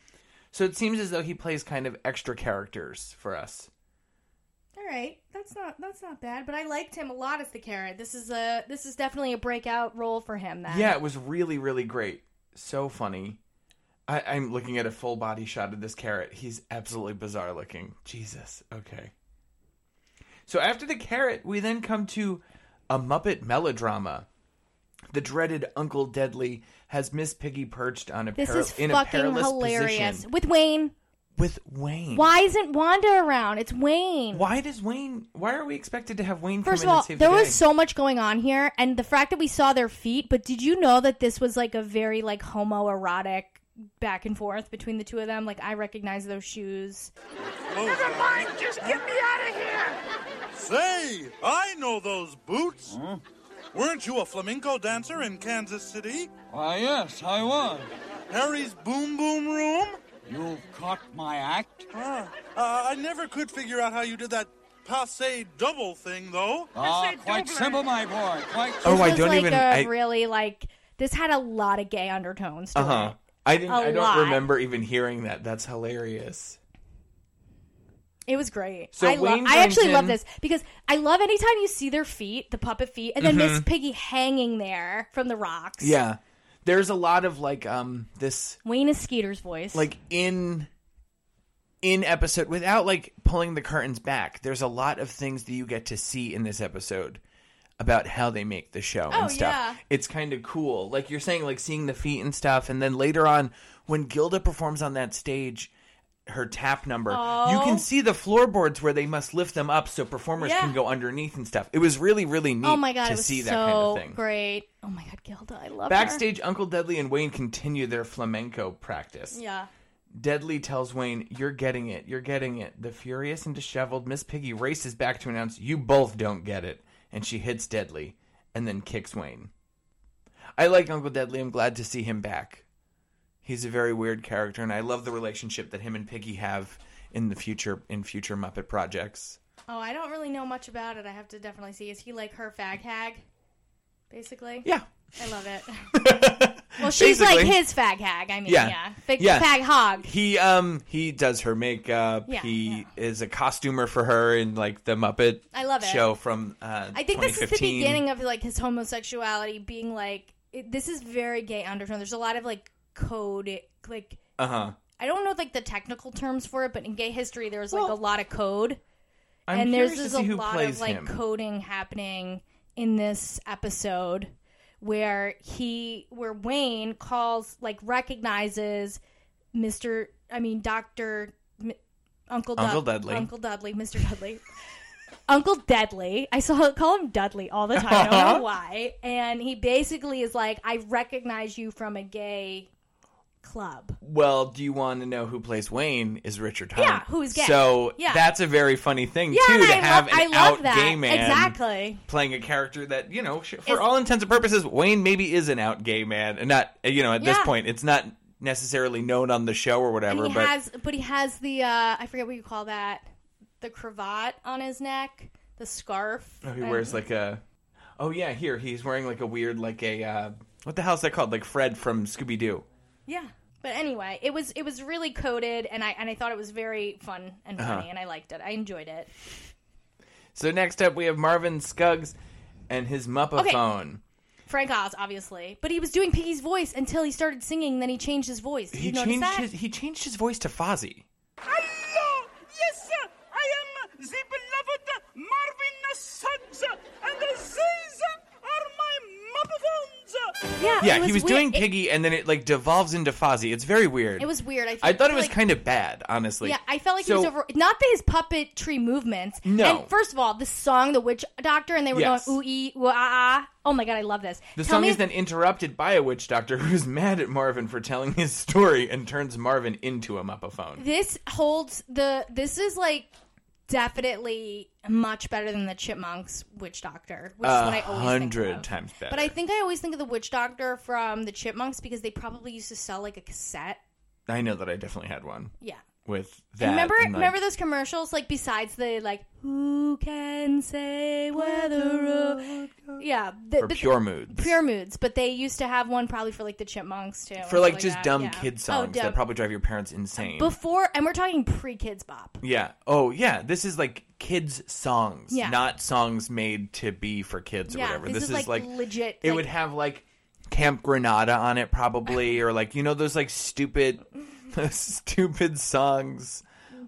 [SPEAKER 3] So it seems as though he plays kind of extra characters for us.
[SPEAKER 4] All right, that's not that's not bad, but I liked him a lot as the carrot. This is a this is definitely a breakout role for him. Then.
[SPEAKER 3] Yeah, it was really, really great. So funny. I, I'm looking at a full body shot of this carrot. He's absolutely bizarre looking. Jesus. Okay. So after the carrot, we then come to a Muppet melodrama. The dreaded Uncle Deadly has Miss Piggy perched on a
[SPEAKER 4] This
[SPEAKER 3] para-
[SPEAKER 4] is
[SPEAKER 3] in a
[SPEAKER 4] fucking
[SPEAKER 3] perilous
[SPEAKER 4] hilarious
[SPEAKER 3] position
[SPEAKER 4] with Wayne.
[SPEAKER 3] with Wayne.
[SPEAKER 4] Why isn't Wanda around? It's Wayne.
[SPEAKER 3] Why does Wayne? Why are we expected to have Wayne?
[SPEAKER 4] First
[SPEAKER 3] come in
[SPEAKER 4] of all,
[SPEAKER 3] and save
[SPEAKER 4] there
[SPEAKER 3] the
[SPEAKER 4] was
[SPEAKER 3] day?
[SPEAKER 4] so much going on here, and the fact that we saw their feet. But did you know that this was like a very like homoerotic back and forth between the two of them? Like I recognize those shoes.
[SPEAKER 2] Never mind, just get me out of here.
[SPEAKER 6] Say, I know those boots.
[SPEAKER 12] Hmm?
[SPEAKER 6] Weren't you a flamenco dancer in Kansas City?
[SPEAKER 12] Why, yes, I was.
[SPEAKER 6] Harry's Boom Boom Room?
[SPEAKER 12] You've caught my act.
[SPEAKER 6] Ah, uh, I never could figure out how you did that passe double thing, though.
[SPEAKER 12] Ah, quite simple, my boy. Quite
[SPEAKER 3] Oh,
[SPEAKER 4] This
[SPEAKER 3] I
[SPEAKER 4] was
[SPEAKER 3] don't
[SPEAKER 4] like
[SPEAKER 3] even-
[SPEAKER 4] a
[SPEAKER 3] I-
[SPEAKER 4] really like this had a lot of gay undertones. To
[SPEAKER 3] Uh huh. I didn't.
[SPEAKER 4] A
[SPEAKER 3] I I don't
[SPEAKER 4] lot.
[SPEAKER 3] remember even hearing that. That's hilarious.
[SPEAKER 4] It was great.
[SPEAKER 3] So
[SPEAKER 4] I, love,
[SPEAKER 3] Wayne
[SPEAKER 4] I actually
[SPEAKER 3] comes
[SPEAKER 4] love
[SPEAKER 3] in-
[SPEAKER 4] this because I love anytime you see their feet, the puppet feet, and then Miss
[SPEAKER 3] Mhm.
[SPEAKER 4] Piggy hanging there from the rocks.
[SPEAKER 3] Yeah, there's a lot of like um this
[SPEAKER 4] Wayne is Skeeter's voice.
[SPEAKER 3] like in in episode without like pulling the curtains back. There's a lot of things that you get to see in this episode about how they make the show
[SPEAKER 2] Oh,
[SPEAKER 3] and stuff.
[SPEAKER 2] yeah.
[SPEAKER 3] It's kind of cool. Like you're saying like seeing the feet and stuff and then later on when Gilda performs on that stage her tap number. You
[SPEAKER 4] Oh.
[SPEAKER 3] can see the floorboards where they must lift them up so performers
[SPEAKER 4] Yeah.
[SPEAKER 3] can go underneath and stuff. It was really, really neat
[SPEAKER 4] oh my god,
[SPEAKER 3] to
[SPEAKER 4] it was
[SPEAKER 3] see
[SPEAKER 4] so
[SPEAKER 3] that kind of thing.
[SPEAKER 4] great. Oh my god, Gilda, I
[SPEAKER 3] (laughs)
[SPEAKER 4] love
[SPEAKER 3] Backstage, Uncle Deadly and Wayne continue their flamenco practice.
[SPEAKER 4] Her. Yeah.
[SPEAKER 3] Deadly tells Wayne, You're getting it, you're getting it. The furious and disheveled Miss Piggy races back to announce, You both don't get it. And she hits Deadly and then kicks Wayne. I like Uncle Deadly. I'm glad to see him back. He's a very weird character, and I love the relationship that him and Piggy have in the future in future Muppet projects.
[SPEAKER 4] Oh, I don't really know much about it. I have to definitely see. Is he like her fag hag? Basically?
[SPEAKER 3] Yeah. (laughs)
[SPEAKER 4] I love it. well, she's like
[SPEAKER 3] Basically.
[SPEAKER 4] his fag hag. I mean,
[SPEAKER 3] Yeah.
[SPEAKER 4] yeah. Fag,
[SPEAKER 3] Yeah.
[SPEAKER 4] fag hog.
[SPEAKER 3] He um he does her makeup.
[SPEAKER 4] Yeah,
[SPEAKER 3] he is a costumer for her in like the Muppet
[SPEAKER 4] I love it.
[SPEAKER 3] show from uh
[SPEAKER 4] I think this is the
[SPEAKER 3] 2015.
[SPEAKER 4] beginning of like his homosexuality being like it, this is very gay undertone. There's a lot of like code like
[SPEAKER 3] Uh-huh.
[SPEAKER 4] I don't know like the technical terms for it, but in gay history there's like a lot of code.
[SPEAKER 3] I'm
[SPEAKER 4] and there's
[SPEAKER 3] curious
[SPEAKER 4] just
[SPEAKER 3] to see
[SPEAKER 4] a
[SPEAKER 3] who
[SPEAKER 4] lot
[SPEAKER 3] plays
[SPEAKER 4] of like
[SPEAKER 3] him.
[SPEAKER 4] coding happening in this episode where he where Wayne calls like recognizes Mr. I mean Dr. M- Uncle Dud-
[SPEAKER 3] Uncle Dudley.
[SPEAKER 4] Uncle Dudley, Mr. Dudley. (laughs) Uncle Deadly. I saw call him Dudley all the time. I
[SPEAKER 3] (laughs)
[SPEAKER 4] don't know why. And he basically is like, I recognize you from a gay club.
[SPEAKER 3] Well, do you want to know who plays Wayne? Is Richard Hunt?
[SPEAKER 4] Yeah, who's gay.
[SPEAKER 3] So
[SPEAKER 4] Yeah.
[SPEAKER 3] that's a very funny thing
[SPEAKER 4] Yeah,
[SPEAKER 3] too
[SPEAKER 4] and
[SPEAKER 3] to
[SPEAKER 4] I
[SPEAKER 3] have
[SPEAKER 4] love-
[SPEAKER 3] an
[SPEAKER 4] I love
[SPEAKER 3] out
[SPEAKER 4] that.
[SPEAKER 3] gay man
[SPEAKER 4] Exactly.
[SPEAKER 3] playing a character that you know, sh- for
[SPEAKER 4] Is-
[SPEAKER 3] all intents and purposes, Wayne maybe is an out gay man, and not you know at this
[SPEAKER 4] Yeah.
[SPEAKER 3] point it's not necessarily known on the show or whatever.
[SPEAKER 4] and he
[SPEAKER 3] but
[SPEAKER 4] has but he has the uh I forget what you call that. The cravat on his neck, the scarf.
[SPEAKER 3] oh, he
[SPEAKER 4] and-
[SPEAKER 3] wears like a. Oh yeah, here he's wearing like a weird like a uh, what the hell's that called? Like Fred from Scooby Doo.
[SPEAKER 4] Yeah. But anyway, it was it was really coded and I and I thought it was very fun and funny
[SPEAKER 3] Uh-huh.
[SPEAKER 4] and I liked it. I enjoyed it.
[SPEAKER 3] So next up we have Marvin Scuggs and his Muppet
[SPEAKER 4] Okay.
[SPEAKER 3] phone.
[SPEAKER 4] Frank Oz, obviously. But he was doing Piggy's voice until he started singing, then he changed his voice. Did
[SPEAKER 3] He
[SPEAKER 4] you notice
[SPEAKER 3] changed
[SPEAKER 4] that?
[SPEAKER 3] his he changed his voice to Fozzie.
[SPEAKER 2] Hello! Yes, sir! I am the beloved Marvin Suggs, and these are my mopophones!
[SPEAKER 4] Oh,
[SPEAKER 3] yeah, he was doing Piggy, and then it like devolves into Fozzie. It's very weird.
[SPEAKER 4] It was weird. I,
[SPEAKER 3] I thought it
[SPEAKER 4] feel
[SPEAKER 3] was
[SPEAKER 4] like-
[SPEAKER 3] kind of bad, honestly.
[SPEAKER 4] Yeah, I felt like
[SPEAKER 3] So-
[SPEAKER 4] he was over. Not that his puppetry movements.
[SPEAKER 3] No.
[SPEAKER 4] And first of all, the song, The Witch Doctor, and they were
[SPEAKER 3] Yes.
[SPEAKER 4] going ooh ee, ooh ah ah. Oh my god, I love this.
[SPEAKER 3] The
[SPEAKER 4] Tell
[SPEAKER 3] song
[SPEAKER 4] me
[SPEAKER 3] is then interrupted by a witch doctor (laughs) who's mad at Marvin for telling his story and turns Marvin into a Muppaphone.
[SPEAKER 4] this holds the. This is like definitely much better than the Chipmunks Witch Doctor, which is what I
[SPEAKER 3] A
[SPEAKER 4] always think of.
[SPEAKER 3] hundred times better.
[SPEAKER 4] But I think I always think of the witch doctor from the Chipmunks because they probably used to sell like a cassette.
[SPEAKER 3] I know that I definitely had one
[SPEAKER 4] Yeah.
[SPEAKER 3] with that.
[SPEAKER 4] And remember,
[SPEAKER 3] and, like-
[SPEAKER 4] remember those commercials? Like besides the like, who can say whether? a-" Yeah, the-
[SPEAKER 3] For pure moods.
[SPEAKER 4] Pure moods, but they used to have one probably for like the chipmunks too. and
[SPEAKER 3] for
[SPEAKER 4] stuff
[SPEAKER 3] like just
[SPEAKER 4] that,
[SPEAKER 3] dumb
[SPEAKER 4] yeah.
[SPEAKER 3] kid
[SPEAKER 4] Oh,
[SPEAKER 3] songs
[SPEAKER 4] dumb.
[SPEAKER 3] that probably drive your parents insane.
[SPEAKER 4] before, and we're talking pre-kids bop.
[SPEAKER 3] yeah. Oh yeah. This is like kids songs,
[SPEAKER 4] Yeah.
[SPEAKER 3] not songs made to be for kids or
[SPEAKER 4] Yeah,
[SPEAKER 3] whatever.
[SPEAKER 4] this
[SPEAKER 3] This,
[SPEAKER 4] is,
[SPEAKER 3] is,
[SPEAKER 4] like,
[SPEAKER 3] like,
[SPEAKER 4] legit,
[SPEAKER 3] It
[SPEAKER 4] like-
[SPEAKER 3] would have like Camp Granada on it probably,
[SPEAKER 4] (laughs)
[SPEAKER 3] or like you know those like stupid, (laughs) stupid songs,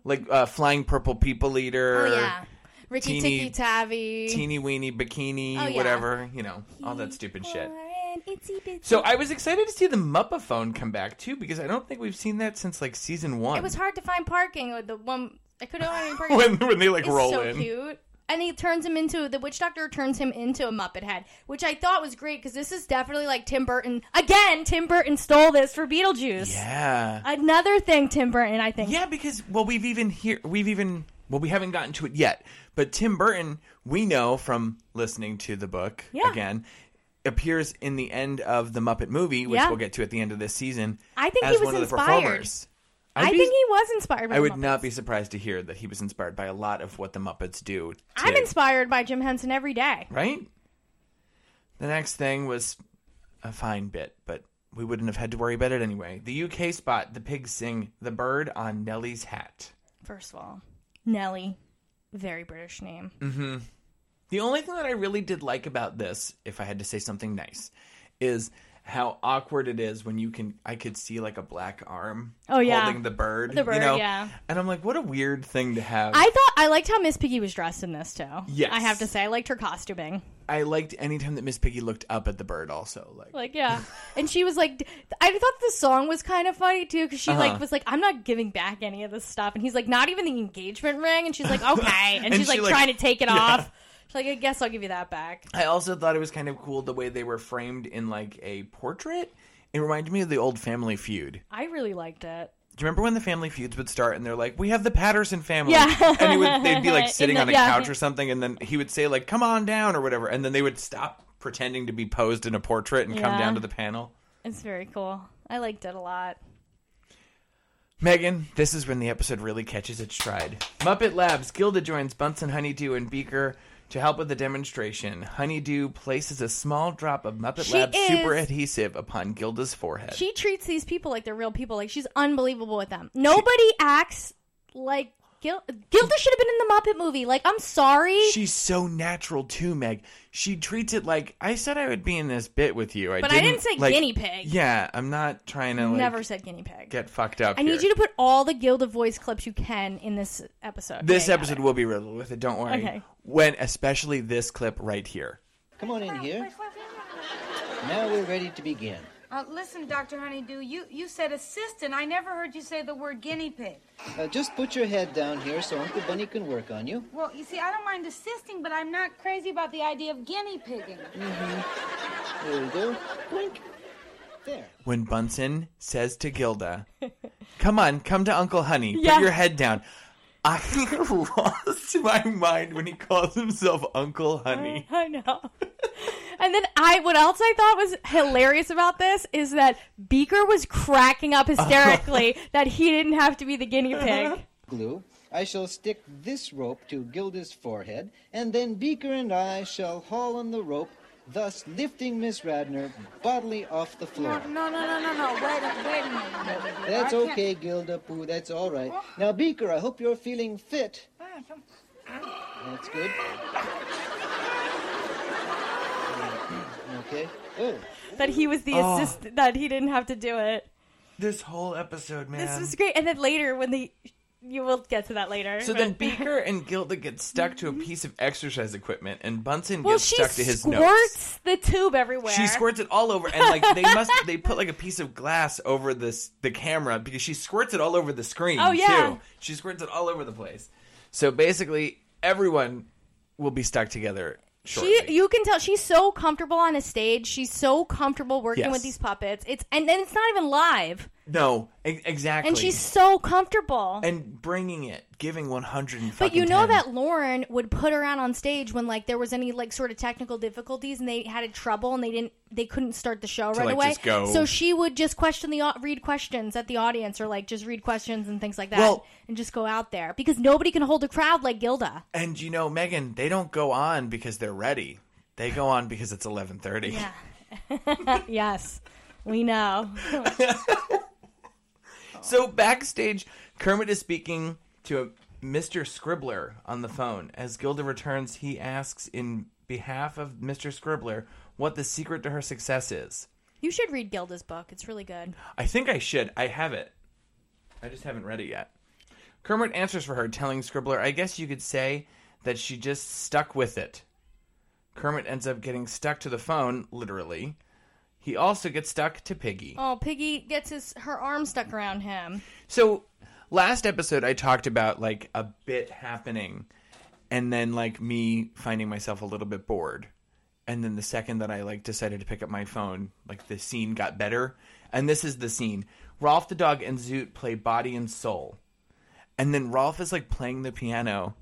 [SPEAKER 3] like uh, Flying Purple People Eater.
[SPEAKER 4] Oh yeah, Ricky
[SPEAKER 3] Teeny-
[SPEAKER 4] Tikki Tavi.
[SPEAKER 3] teeny weeny bikini,
[SPEAKER 4] Oh, yeah.
[SPEAKER 3] whatever, you know, all that stupid shit.
[SPEAKER 4] And itsy bitsy.
[SPEAKER 3] So I was excited to see the Muppaphone come back too, because I don't think we've seen that since like season one. (laughs)
[SPEAKER 4] It was hard to find parking with the one I couldn't find any parking.
[SPEAKER 3] when when they like
[SPEAKER 4] It's
[SPEAKER 3] roll
[SPEAKER 4] so
[SPEAKER 3] in.
[SPEAKER 4] cute. And he turns him into the witch doctor turns him into a Muppet head, which I thought was great because this is definitely like Tim Burton again. Tim Burton stole this for Beetlejuice.
[SPEAKER 3] Yeah.
[SPEAKER 4] Another thing, Tim Burton. I think.
[SPEAKER 3] Yeah, because well, we've even here we've even well, we haven't gotten to it yet, but Tim Burton, we know from listening to the book
[SPEAKER 4] Yeah.
[SPEAKER 3] again, appears in the end of the Muppet movie, which
[SPEAKER 4] Yeah.
[SPEAKER 3] we'll get to at the end of this season.
[SPEAKER 4] I think
[SPEAKER 3] as
[SPEAKER 4] he was
[SPEAKER 3] one of the
[SPEAKER 4] inspired.
[SPEAKER 3] performers. I'd
[SPEAKER 4] I
[SPEAKER 3] be-
[SPEAKER 4] think he was inspired. By
[SPEAKER 3] I
[SPEAKER 4] the
[SPEAKER 3] would
[SPEAKER 4] Muppets.
[SPEAKER 3] not be surprised to hear that he was inspired by a lot of what the Muppets do. To,
[SPEAKER 4] I'm inspired by Jim Henson every day.
[SPEAKER 3] right? The next thing was a fine bit, but we wouldn't have had to worry about it anyway. The UK spot, the pigs sing The Bird on Nellie's Hat.
[SPEAKER 4] First of all, Nellie, very British name.
[SPEAKER 3] hmm The only thing that I really did like about this, if I had to say something nice, is how awkward it is when you can I could see like a black arm
[SPEAKER 4] Oh, yeah.
[SPEAKER 3] holding the bird.
[SPEAKER 4] The
[SPEAKER 3] you
[SPEAKER 4] bird,
[SPEAKER 3] know?
[SPEAKER 4] yeah.
[SPEAKER 3] And I'm like, what a weird thing to have.
[SPEAKER 4] I thought I liked how Miss Piggy was dressed in this too.
[SPEAKER 3] Yes.
[SPEAKER 4] I have to say I liked her costuming.
[SPEAKER 3] I liked any time that Miss Piggy looked up at the bird also. Like (laughs)
[SPEAKER 4] Like yeah, and she was like, I thought the song was kind of funny too because she
[SPEAKER 3] Uh-huh.
[SPEAKER 4] like was like, I'm not giving back any of this stuff, and he's like, not even the engagement ring, and
[SPEAKER 3] (laughs)
[SPEAKER 4] she's like, okay, and,
[SPEAKER 3] And
[SPEAKER 4] she's
[SPEAKER 3] she,
[SPEAKER 4] like,
[SPEAKER 3] like-
[SPEAKER 4] trying to take it
[SPEAKER 3] Yeah.
[SPEAKER 4] off. She's like, I guess I'll give you that back.
[SPEAKER 3] I also thought it was kind of cool the way they were framed in like a portrait. It reminded me of the old Family Feud.
[SPEAKER 4] I really liked it.
[SPEAKER 3] Do you remember when the Family Feuds would start and they're like, "We have the Patterson family,"
[SPEAKER 4] Yeah.
[SPEAKER 3] and he would, they'd be
[SPEAKER 4] (laughs) In
[SPEAKER 3] like sitting
[SPEAKER 4] the-
[SPEAKER 3] on a
[SPEAKER 4] yeah.
[SPEAKER 3] couch or something, and then he would say like, "Come on down" or whatever, and then they would stop pretending to be posed in a portrait and come
[SPEAKER 4] Yeah.
[SPEAKER 3] down to the panel.
[SPEAKER 4] It's very cool. I liked it a lot.
[SPEAKER 3] Megan, this is when the episode really catches its stride. Muppet Labs, Gilda joins Bunsen Honeydew and Beaker to help with the demonstration. Honeydew places a small drop of Muppet
[SPEAKER 4] She
[SPEAKER 3] Labs
[SPEAKER 4] is-
[SPEAKER 3] super adhesive upon Gilda's forehead.
[SPEAKER 4] She treats these people like they're real people. Like she's unbelievable with them. Nobody acts like Gil- Gilda should have been in the Muppet movie. Like I'm sorry.
[SPEAKER 3] She's so natural too, Meg. She treats it like I said I would be in this bit with you. I
[SPEAKER 4] But I
[SPEAKER 3] didn't,
[SPEAKER 4] didn't say
[SPEAKER 3] like-
[SPEAKER 4] guinea pig.
[SPEAKER 3] Yeah, I'm not trying to like,
[SPEAKER 4] Never said guinea pig.
[SPEAKER 3] get fucked up.
[SPEAKER 4] I need you to put all the Gilda voice clips you can in this episode.
[SPEAKER 3] This
[SPEAKER 4] Yeah, yeah.
[SPEAKER 3] episode will be riddled with it. Don't worry.
[SPEAKER 4] Okay.
[SPEAKER 3] When especially this clip right here.
[SPEAKER 13] Come on in here. Now we're ready to begin.
[SPEAKER 14] Uh, listen, Dr. Honeydew, you, you said assistant. I never heard you say the word guinea pig.
[SPEAKER 13] Now Uh, just put your head down here so Uncle Bunny can work on you.
[SPEAKER 14] Well, you see, I don't mind assisting, but I'm not crazy about the idea of guinea pigging.
[SPEAKER 13] There we go. Blink.
[SPEAKER 3] When Bunsen says to Gilda, "Come on, come to Uncle Honey.
[SPEAKER 2] Yeah.
[SPEAKER 3] Put your head down." I (laughs) lost my mind when he calls himself Uncle Honey.
[SPEAKER 4] (laughs) I know. and then I, what else I thought was hilarious about this is that Beaker was cracking
[SPEAKER 3] (laughs)
[SPEAKER 4] up hysterically that he didn't have to be the guinea pig.
[SPEAKER 13] Glue. I shall stick this rope to Gilda's forehead, and then Beaker and I shall haul on the rope, thus lifting Miss Radner bodily off the floor.
[SPEAKER 14] No, no, no, no, no. Wait a, wait a minute. Honeydew.
[SPEAKER 13] That's
[SPEAKER 14] I can't-
[SPEAKER 13] okay, Gilda Pooh. That's all right. Now, Beaker, I hope you're feeling fit. That's
[SPEAKER 14] (laughs)
[SPEAKER 13] good. Okay. Oh.
[SPEAKER 4] That he was the
[SPEAKER 3] Oh.
[SPEAKER 4] assist. That he didn't have to do it.
[SPEAKER 3] This whole episode, man.
[SPEAKER 4] This was great. And then later when the, you will get to that later.
[SPEAKER 3] So
[SPEAKER 4] but- (laughs)
[SPEAKER 3] then Beaker and Gilda get stuck to a piece of exercise equipment, and Bunsen
[SPEAKER 4] Mm-hmm. well,
[SPEAKER 3] gets
[SPEAKER 4] she
[SPEAKER 3] stuck to his nose.
[SPEAKER 4] squirts the tube everywhere.
[SPEAKER 3] She squirts it all over, and like
[SPEAKER 4] (laughs)
[SPEAKER 3] they must, they put like a piece of glass over this the camera because she squirts it all over the screen.
[SPEAKER 4] Oh, yeah.
[SPEAKER 3] too. she squirts it all over the place. So basically, everyone will be stuck together. Shortly.
[SPEAKER 4] She, you can tell she's so comfortable on a stage. She's so comfortable working
[SPEAKER 3] Yes.
[SPEAKER 4] with these puppets. It's and then it's not even live,
[SPEAKER 3] no, e- exactly.
[SPEAKER 4] and she's so comfortable.
[SPEAKER 3] and bringing it, giving one hundred and.
[SPEAKER 4] but you know that Lauren would put her out on stage when like there was any like sort of technical difficulties and they had a trouble and they didn't they couldn't start the show
[SPEAKER 3] To,
[SPEAKER 4] right
[SPEAKER 3] like,
[SPEAKER 4] away.
[SPEAKER 3] just go.
[SPEAKER 4] So she would just question the au- read questions at the audience or like just read questions and things like that
[SPEAKER 3] Well-
[SPEAKER 4] and just go out there because nobody can hold a crowd like Gilda.
[SPEAKER 3] And you know, Megan, they don't go on because they're ready. They go on because it's 11:30.
[SPEAKER 4] Yeah. yes, we know.
[SPEAKER 3] So backstage, Kermit is speaking to a Mr. Scribbler on the phone. As Gilda returns, he asks in behalf of Mr. Scribbler what the secret to her success is.
[SPEAKER 4] you should read Gilda's book. It's really good.
[SPEAKER 3] I think I should. I have it. I just haven't read it yet. Kermit answers for her, telling Scribbler, I guess you could say that she just stuck with it. Kermit ends up getting stuck to the phone, literally. He also gets stuck to Piggy.
[SPEAKER 4] Oh, Piggy gets his her arm stuck around him.
[SPEAKER 3] So last episode I talked about like a bit happening and then like me finding myself a little bit bored. And then the second that I like decided to pick up my phone, like the scene got better. And this is the scene. Rolf the dog and Zoot play Body and Soul. And then Rolf is like playing the piano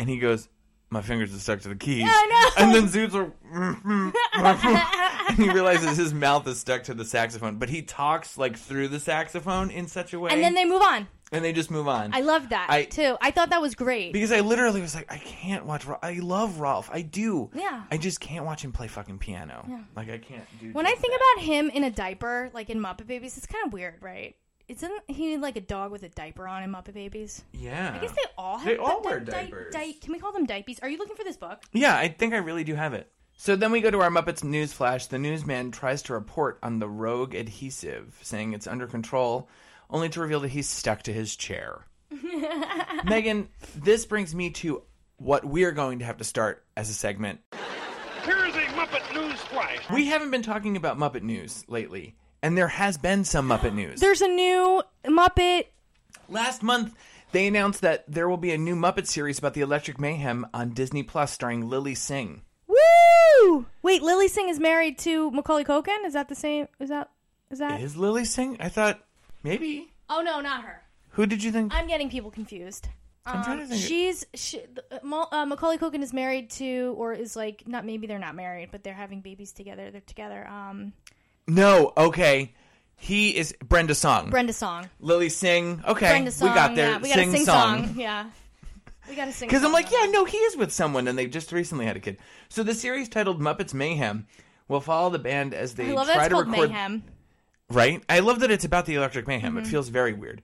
[SPEAKER 3] and he goes, My fingers are stuck to the keys.
[SPEAKER 2] Oh, no.
[SPEAKER 3] And then Zoot's like (laughs) and he realizes his mouth is stuck to the saxophone, but he talks like through the saxophone in such a way.
[SPEAKER 4] And then they move on.
[SPEAKER 3] and they just move on.
[SPEAKER 4] I loved that
[SPEAKER 3] I-
[SPEAKER 4] too. I thought that was great.
[SPEAKER 3] because I literally was like, I can't watch. Rolf. I love Rolf. I do.
[SPEAKER 4] Yeah.
[SPEAKER 3] I just can't watch him play fucking piano.
[SPEAKER 4] Yeah.
[SPEAKER 3] Like I can't do.
[SPEAKER 4] when I think about him in a diaper, like in Muppet Babies, it's kind of weird, right? Isn't he like a dog with a diaper on in Muppet Babies?
[SPEAKER 3] Yeah.
[SPEAKER 4] I guess they all have.
[SPEAKER 3] They
[SPEAKER 4] the-
[SPEAKER 3] all
[SPEAKER 4] the-
[SPEAKER 3] wear
[SPEAKER 4] di-
[SPEAKER 3] diapers.
[SPEAKER 4] di- can we call them diapies? Are you looking for this book?
[SPEAKER 3] Yeah, I think I really do have it. So then we go to our Muppets news flash. The newsman tries to report on the rogue adhesive, saying it's under control, only to reveal that he's stuck to his chair.
[SPEAKER 4] (laughs)
[SPEAKER 3] Megan, this brings me to what we're going to have to start as a segment.
[SPEAKER 10] Here is a Muppet News Flash.
[SPEAKER 3] We haven't been talking about Muppet news lately, and there has been some Muppet news.
[SPEAKER 4] There's a new Muppet.
[SPEAKER 3] Last month, they announced that there will be a new Muppet series about the Electric Mayhem on Disney Plus starring Lily Singh.
[SPEAKER 4] Woo! Wait, Lily Singh is married to Macaulay Culkin. Is that the same? Is that is that?
[SPEAKER 3] Is Lily Singh? I thought maybe.
[SPEAKER 4] Oh no, not her.
[SPEAKER 3] Who did you think?
[SPEAKER 4] I'm getting people confused.
[SPEAKER 3] I'm trying to
[SPEAKER 4] Um,
[SPEAKER 3] think.
[SPEAKER 4] She's she, uh, Mal- uh, Macaulay Culkin is married to, or is like not maybe they're not married, but they're having babies together. They're together. Um,
[SPEAKER 3] No, okay. He is Brenda Song.
[SPEAKER 4] Brenda Song.
[SPEAKER 3] Lily Sing. Okay,
[SPEAKER 4] Brenda Song.
[SPEAKER 3] we got there.
[SPEAKER 4] Yeah, we gotta
[SPEAKER 3] sing,
[SPEAKER 4] sing
[SPEAKER 3] song.
[SPEAKER 4] Yeah, we got
[SPEAKER 3] (laughs)
[SPEAKER 4] to sing.
[SPEAKER 3] Because I'm
[SPEAKER 4] song.
[SPEAKER 3] like, yeah, no, he is with someone, and they just recently had a kid. So the series titled Muppets Mayhem will follow the band as they
[SPEAKER 4] I love that
[SPEAKER 3] try
[SPEAKER 4] it's
[SPEAKER 3] to
[SPEAKER 4] called
[SPEAKER 3] record.
[SPEAKER 4] Mayhem.
[SPEAKER 3] Right? I love that it's about the Electric Mayhem.
[SPEAKER 4] Mhm.
[SPEAKER 3] It feels very weird.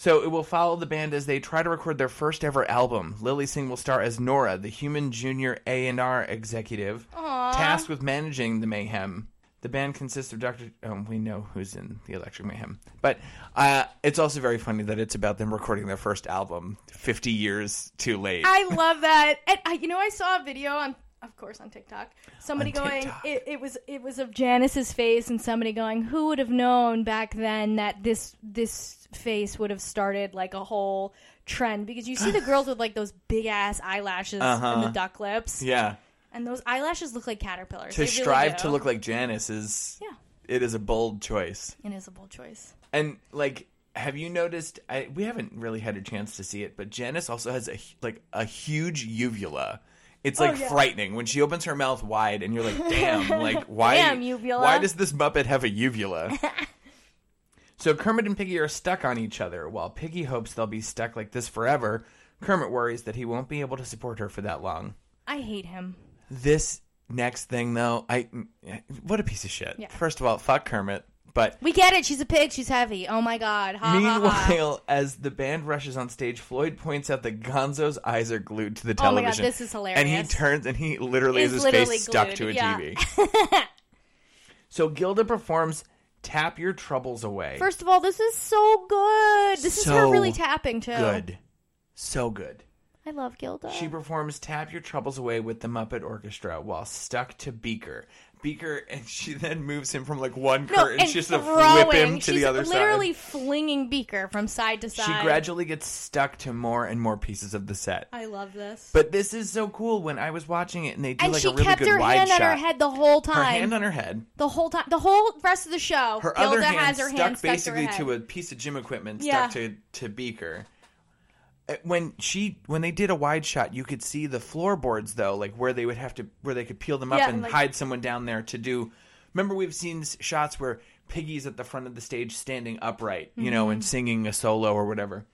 [SPEAKER 3] So it will follow the band as they try to record their first ever album. Lily Singh will star as Nora, the human junior A&R executive
[SPEAKER 4] Aw.
[SPEAKER 3] tasked with managing the Mayhem. The band consists of Dr. Um, we know who's in the Electric Mayhem. But uh, it's also very funny that it's about them recording their first album 50 years too late.
[SPEAKER 4] I love that. And I, you know, I saw a video on, of course, on TikTok. Somebody
[SPEAKER 3] On
[SPEAKER 4] going, it, it was it was of Janice's face, and somebody going, "Who would have known back then that this this face would have started like a whole trend?" Because you see the girls with like those big ass eyelashes and
[SPEAKER 3] Uh-huh.
[SPEAKER 4] the duck lips,
[SPEAKER 3] yeah.
[SPEAKER 4] and those eyelashes look like caterpillars.
[SPEAKER 3] To
[SPEAKER 4] They really
[SPEAKER 3] strive
[SPEAKER 4] do.
[SPEAKER 3] to look like Janice is
[SPEAKER 4] Yeah.
[SPEAKER 3] it is a bold choice.
[SPEAKER 4] It is a bold choice.
[SPEAKER 3] And like, have you noticed? I, we haven't really had a chance to see it, but Janice also has a hu- like a huge uvula. It's
[SPEAKER 4] Oh,
[SPEAKER 3] like
[SPEAKER 4] yeah.
[SPEAKER 3] frightening when she opens her mouth wide, and you're
[SPEAKER 4] (laughs)
[SPEAKER 3] like, "Damn! Like, why?
[SPEAKER 4] Damn, uvula.
[SPEAKER 3] Why does this Muppet have a
[SPEAKER 4] (laughs)
[SPEAKER 3] uvula?" so Kermit and Piggy are stuck on each other. While Piggy hopes they'll be stuck like this forever, Kermit worries that he won't be able to support her for that long.
[SPEAKER 4] I hate him.
[SPEAKER 3] This next thing, though, I what a piece of shit.
[SPEAKER 4] Yeah.
[SPEAKER 3] First of all, fuck Kermit, but
[SPEAKER 4] We get it. She's a pig. She's heavy. Oh my god. Ha, ha, ha.
[SPEAKER 3] Meanwhile, as the band rushes on stage, Floyd points out that Gonzo's eyes are glued to the
[SPEAKER 4] Oh my God,
[SPEAKER 3] television.
[SPEAKER 4] this is hilarious.
[SPEAKER 3] And he turns and he literally has
[SPEAKER 4] Is
[SPEAKER 3] his
[SPEAKER 4] literally
[SPEAKER 3] face stuck
[SPEAKER 4] glued,
[SPEAKER 3] to a
[SPEAKER 4] yeah.
[SPEAKER 3] TV.
[SPEAKER 4] (laughs)
[SPEAKER 3] so Gilda performs Tap Your Troubles Away.
[SPEAKER 4] First of all, this is so good. This is her
[SPEAKER 3] So
[SPEAKER 4] really tapping too.
[SPEAKER 3] Good. So good.
[SPEAKER 4] I love Gilda.
[SPEAKER 3] She performs Tap Your Troubles Away with the Muppet Orchestra while stuck to Beaker. Beaker, and (laughs) she then moves him from like one
[SPEAKER 4] no,
[SPEAKER 3] curtain.
[SPEAKER 4] and
[SPEAKER 3] she has to
[SPEAKER 4] throwing.
[SPEAKER 3] flip him to
[SPEAKER 4] She's
[SPEAKER 3] the other side.
[SPEAKER 4] literally flinging Beaker from side to side.
[SPEAKER 3] She gradually gets stuck to more and more pieces of the set.
[SPEAKER 4] I love this.
[SPEAKER 3] But this is so cool when I was watching it and they do
[SPEAKER 4] and
[SPEAKER 3] like
[SPEAKER 4] she
[SPEAKER 3] a really
[SPEAKER 4] kept
[SPEAKER 3] good
[SPEAKER 4] her
[SPEAKER 3] wide
[SPEAKER 4] hand
[SPEAKER 3] shot.
[SPEAKER 4] on her head the whole time.
[SPEAKER 3] Her hand on her head.
[SPEAKER 4] the whole time. The whole rest of the show.
[SPEAKER 3] Her
[SPEAKER 4] Gilda
[SPEAKER 3] other hand
[SPEAKER 4] has her
[SPEAKER 3] stuck
[SPEAKER 4] hand stuck
[SPEAKER 3] basically
[SPEAKER 4] to, her
[SPEAKER 3] to
[SPEAKER 4] head.
[SPEAKER 3] a piece of gym equipment
[SPEAKER 4] Yeah.
[SPEAKER 3] stuck to to Beaker. Uh, When she when they did a wide shot, you could see the floorboards though, like where they would have to where they could peel them up
[SPEAKER 15] Yeah,
[SPEAKER 3] and
[SPEAKER 15] like-
[SPEAKER 3] hide someone down there to do. Remember, we've seen s- shots where Piggy's at the front of the stage standing
[SPEAKER 4] Mm-hmm.
[SPEAKER 3] upright, you know,
[SPEAKER 15] Mhm.
[SPEAKER 3] and singing a solo or whatever.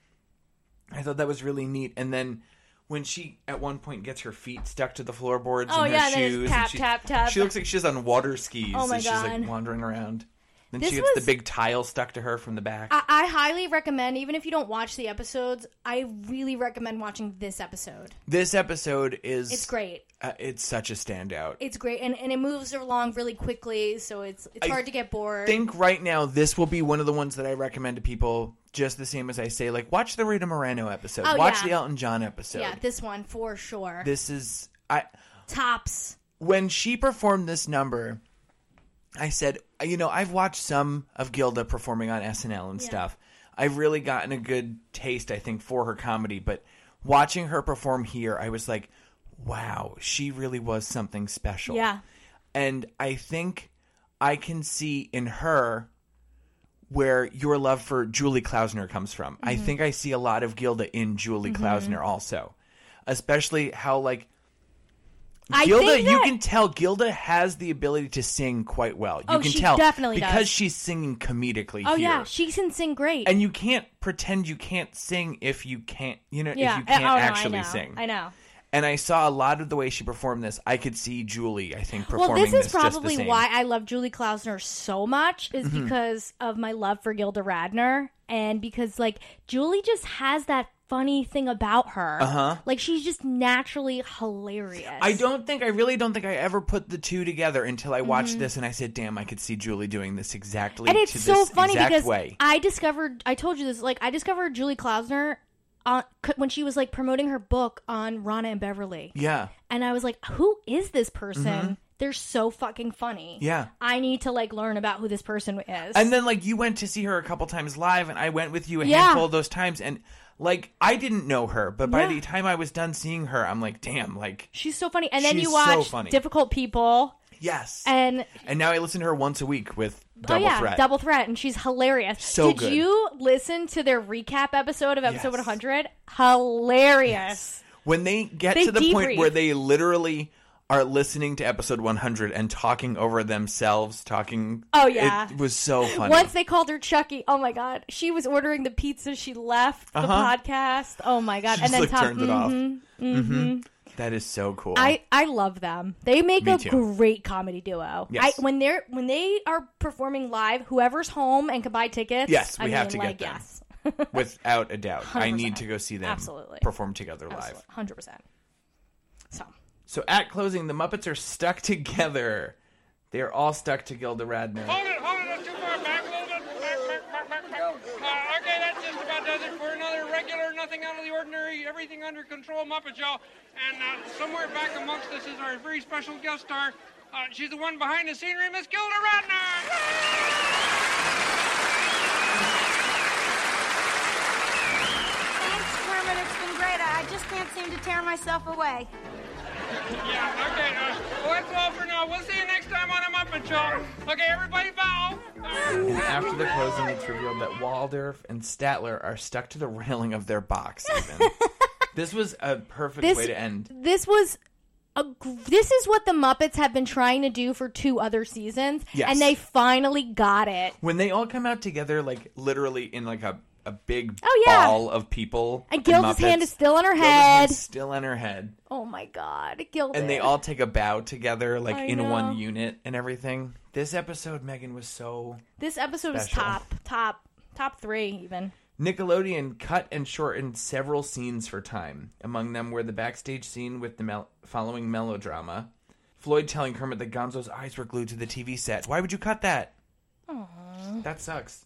[SPEAKER 3] I thought that was really neat. And then when she at one point gets her feet stuck to the floorboards
[SPEAKER 4] Oh,
[SPEAKER 3] in her
[SPEAKER 4] yeah, and then it's
[SPEAKER 3] shoes.
[SPEAKER 4] tap,
[SPEAKER 3] she,
[SPEAKER 4] tap, tap.
[SPEAKER 3] She looks like she's on water skis
[SPEAKER 4] Oh, my
[SPEAKER 3] as she's like
[SPEAKER 4] God.
[SPEAKER 3] wandering around. Then
[SPEAKER 4] This
[SPEAKER 3] she gets
[SPEAKER 4] was-
[SPEAKER 3] the big tile stuck to her from the back.
[SPEAKER 4] I, I highly recommend, even if you don't watch the episodes, I really recommend watching this episode.
[SPEAKER 3] this episode is
[SPEAKER 4] It's great.
[SPEAKER 3] Uh, it's such a standout.
[SPEAKER 4] It's great, and, and it moves along really quickly, so it's it's
[SPEAKER 3] I
[SPEAKER 4] hard to get bored.
[SPEAKER 3] think right now this will be one of the ones that I recommend to people, just the same as I say, like watch the Rita Moreno episode,
[SPEAKER 4] Oh,
[SPEAKER 3] watch
[SPEAKER 4] yeah.
[SPEAKER 3] the Elton John episode.
[SPEAKER 4] yeah, this one for sure.
[SPEAKER 3] This is I
[SPEAKER 4] tops.
[SPEAKER 3] when she performed this number. I said, you know, I've watched some of Gilda performing on SNL and
[SPEAKER 4] Yeah.
[SPEAKER 3] stuff. I've really gotten a good taste, I think, for her comedy. But watching her perform here, I was like, wow, she really was something special.
[SPEAKER 4] Yeah.
[SPEAKER 3] And I think I can see in her where your love for Julie Klausner comes from. I
[SPEAKER 4] Mm-hmm.
[SPEAKER 15] Mhm.
[SPEAKER 3] think I see a lot of Gilda in Julie
[SPEAKER 15] Mhm.
[SPEAKER 3] Klausner also, especially how like
[SPEAKER 15] I
[SPEAKER 3] Gilda,
[SPEAKER 15] think
[SPEAKER 3] you
[SPEAKER 15] that-
[SPEAKER 3] can tell Gilda has the ability to sing quite well. You
[SPEAKER 4] Oh,
[SPEAKER 3] can
[SPEAKER 4] she
[SPEAKER 3] tell
[SPEAKER 4] definitely
[SPEAKER 3] because
[SPEAKER 4] does.
[SPEAKER 3] she's singing comedically
[SPEAKER 4] Oh
[SPEAKER 3] here.
[SPEAKER 4] yeah, she can sing great.
[SPEAKER 3] and you can't pretend you can't sing if you can't, you know,
[SPEAKER 4] yeah,
[SPEAKER 3] if you can't
[SPEAKER 4] oh, no, I
[SPEAKER 3] actually
[SPEAKER 4] know.
[SPEAKER 3] sing.
[SPEAKER 4] I know.
[SPEAKER 3] And I saw a lot of the way she performed this. I could see Julie, I think,
[SPEAKER 4] Well,
[SPEAKER 3] performing
[SPEAKER 4] this is
[SPEAKER 3] just the
[SPEAKER 4] probably
[SPEAKER 3] same.
[SPEAKER 4] why I love Julie Klausner so much is
[SPEAKER 3] Mhm.
[SPEAKER 4] because of my love for Gilda Radner and because like Julie just has that funny thing about her.
[SPEAKER 3] Uh-huh.
[SPEAKER 4] Like she's just naturally hilarious.
[SPEAKER 3] I don't think I really don't think I ever put the two together until I watched
[SPEAKER 4] Mhm.
[SPEAKER 3] this and I said, "Damn, I could see Julie doing this exactly."
[SPEAKER 4] and it's
[SPEAKER 3] to
[SPEAKER 4] so
[SPEAKER 3] this
[SPEAKER 4] funny
[SPEAKER 3] exact
[SPEAKER 4] because
[SPEAKER 3] way.
[SPEAKER 4] I discovered I told you this like I discovered Julie Klausner on c- when she was like promoting her book on Rana and Beverly.
[SPEAKER 3] yeah,
[SPEAKER 4] And I was like, who is this person?
[SPEAKER 3] Mhm.
[SPEAKER 4] They're so fucking funny.
[SPEAKER 3] yeah.
[SPEAKER 4] I need to like learn about who this person is.
[SPEAKER 3] And then like you went to see her a couple times live, and I went with you a
[SPEAKER 4] Yeah.
[SPEAKER 3] handful of those times, and like I didn't know her, but by
[SPEAKER 4] Yeah.
[SPEAKER 3] the time I was done seeing her, I'm like, "Damn!" Like
[SPEAKER 4] She's so funny. And then
[SPEAKER 3] She's
[SPEAKER 4] you
[SPEAKER 3] so
[SPEAKER 4] watch
[SPEAKER 3] funny.
[SPEAKER 4] Difficult People.
[SPEAKER 3] yes.
[SPEAKER 4] And
[SPEAKER 3] And now I listen to her once a week with
[SPEAKER 4] Uh, oh
[SPEAKER 3] Double
[SPEAKER 4] yeah,
[SPEAKER 3] Threat.
[SPEAKER 4] Double Threat, and she's hilarious.
[SPEAKER 3] So
[SPEAKER 4] Did
[SPEAKER 3] good.
[SPEAKER 4] you listen to their recap episode of episode
[SPEAKER 3] Yes.
[SPEAKER 4] 100? Hilarious.
[SPEAKER 3] when they get
[SPEAKER 4] They
[SPEAKER 3] to the point
[SPEAKER 4] debrief.
[SPEAKER 3] where they literally are listening to episode 100 and talking over themselves, talking.
[SPEAKER 4] Oh, yeah.
[SPEAKER 3] it was
[SPEAKER 4] (laughs)
[SPEAKER 3] so funny.
[SPEAKER 4] Once they called her Chucky, oh my god, she was ordering the pizza. She left the
[SPEAKER 3] Uh-huh.
[SPEAKER 4] podcast. Oh my god,
[SPEAKER 3] She just,
[SPEAKER 4] and then
[SPEAKER 3] like,
[SPEAKER 4] Tom-
[SPEAKER 3] turned it off.
[SPEAKER 4] mhm, mhm.
[SPEAKER 3] Mhm. That is so cool.
[SPEAKER 4] I, I love them. They make
[SPEAKER 3] Me
[SPEAKER 4] a
[SPEAKER 3] too.
[SPEAKER 4] great comedy duo.
[SPEAKER 3] Yes.
[SPEAKER 4] I when they're when they are performing live, whoever's home and can buy tickets.
[SPEAKER 3] Yes,
[SPEAKER 4] I
[SPEAKER 3] we have
[SPEAKER 4] mean,
[SPEAKER 3] to
[SPEAKER 4] like,
[SPEAKER 3] get them.
[SPEAKER 4] Yes,
[SPEAKER 3] Without a doubt. I need
[SPEAKER 4] 100%.
[SPEAKER 3] to go see them
[SPEAKER 4] Absolutely.
[SPEAKER 3] perform together live.
[SPEAKER 4] hundred percent. So
[SPEAKER 3] So at closing, the Muppets are stuck together. They are all stuck to Gilda
[SPEAKER 10] Hold
[SPEAKER 3] Radner.
[SPEAKER 10] it, hold it, it's too far back, hold it. Back, back, back, back, back. Uh, okay, that just about does it for another regular, nothing out of the ordinary, everything under control Muppet Show. And uh, somewhere back amongst us is our very special guest star. Uh, she's the one behind the scenery, Miss Gilda Radner.
[SPEAKER 14] Thanks, Kermit. It's been great. I I just can't seem to tear myself away.
[SPEAKER 10] Yeah, okay, uh, well, that's all for now. We'll see you next time on a Muppet Show. Okay, everybody bow. Uh,
[SPEAKER 3] And after the closing, it's revealed that Waldorf and Statler are stuck to the railing of their box.
[SPEAKER 4] (laughs)
[SPEAKER 3] Even this was a perfect
[SPEAKER 4] This-
[SPEAKER 3] way to end.
[SPEAKER 4] this was a gr- this is what the Muppets have been trying to do for two other seasons,
[SPEAKER 3] Yes.
[SPEAKER 4] and they finally got it.
[SPEAKER 3] When they all come out together, like literally in like a, a big
[SPEAKER 4] Oh, yeah.
[SPEAKER 3] ball of people,
[SPEAKER 4] And Gilda's
[SPEAKER 3] Muppets.
[SPEAKER 4] hand is still on her
[SPEAKER 3] Gilda's hand's
[SPEAKER 4] head.
[SPEAKER 3] still on her head,
[SPEAKER 4] Oh my god, Gilda!
[SPEAKER 3] and they all take a bow together, like
[SPEAKER 4] I
[SPEAKER 3] in
[SPEAKER 4] know.
[SPEAKER 3] one unit and everything. This episode, Megan was so
[SPEAKER 4] This episode was
[SPEAKER 3] Special.
[SPEAKER 4] top, top, top three even.
[SPEAKER 3] Nickelodeon cut and shortened several scenes for time. Among them were the backstage scene with the mel- following melodrama. Floyd telling Kermit that Gonzo's eyes were glued to the TV set. Why would you cut that? That sucks.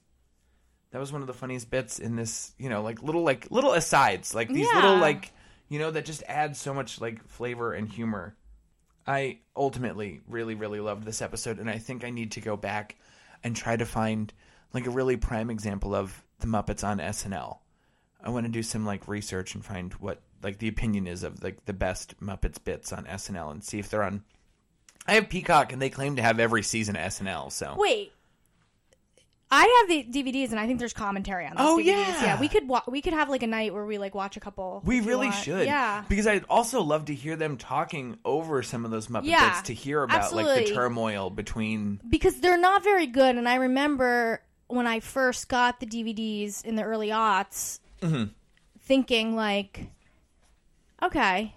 [SPEAKER 3] That was one of the funniest bits in this, you know, like little like little asides, like these little
[SPEAKER 4] Yeah.
[SPEAKER 3] like, you know, that just add so much like flavor and humor. I ultimately really really loved this episode and I think I need to go back and try to find like a really prime example of the Muppets on SNL. I want to do some like research and find what like the opinion is of like the best Muppets bits on SNL and see if they're on I have Peacock and they claim to have every season of SNL, so
[SPEAKER 4] Wait, I have the DVDs, and I think there's commentary on. Those
[SPEAKER 3] Oh,
[SPEAKER 4] DVDs.
[SPEAKER 3] yeah.
[SPEAKER 4] we could wa- we could have like a night where we like watch a couple.
[SPEAKER 3] We
[SPEAKER 4] if you
[SPEAKER 3] really
[SPEAKER 4] want.
[SPEAKER 3] should.
[SPEAKER 4] yeah.
[SPEAKER 3] Because I'd also love to hear them talking over some of those Muppet
[SPEAKER 4] Yeah,
[SPEAKER 3] bits to hear about like the
[SPEAKER 4] absolutely.
[SPEAKER 3] turmoil between
[SPEAKER 4] because they're not very good. And I remember when I first got the
[SPEAKER 3] Mm-hmm.
[SPEAKER 4] DVDs in the early aughts, thinking like, Okay.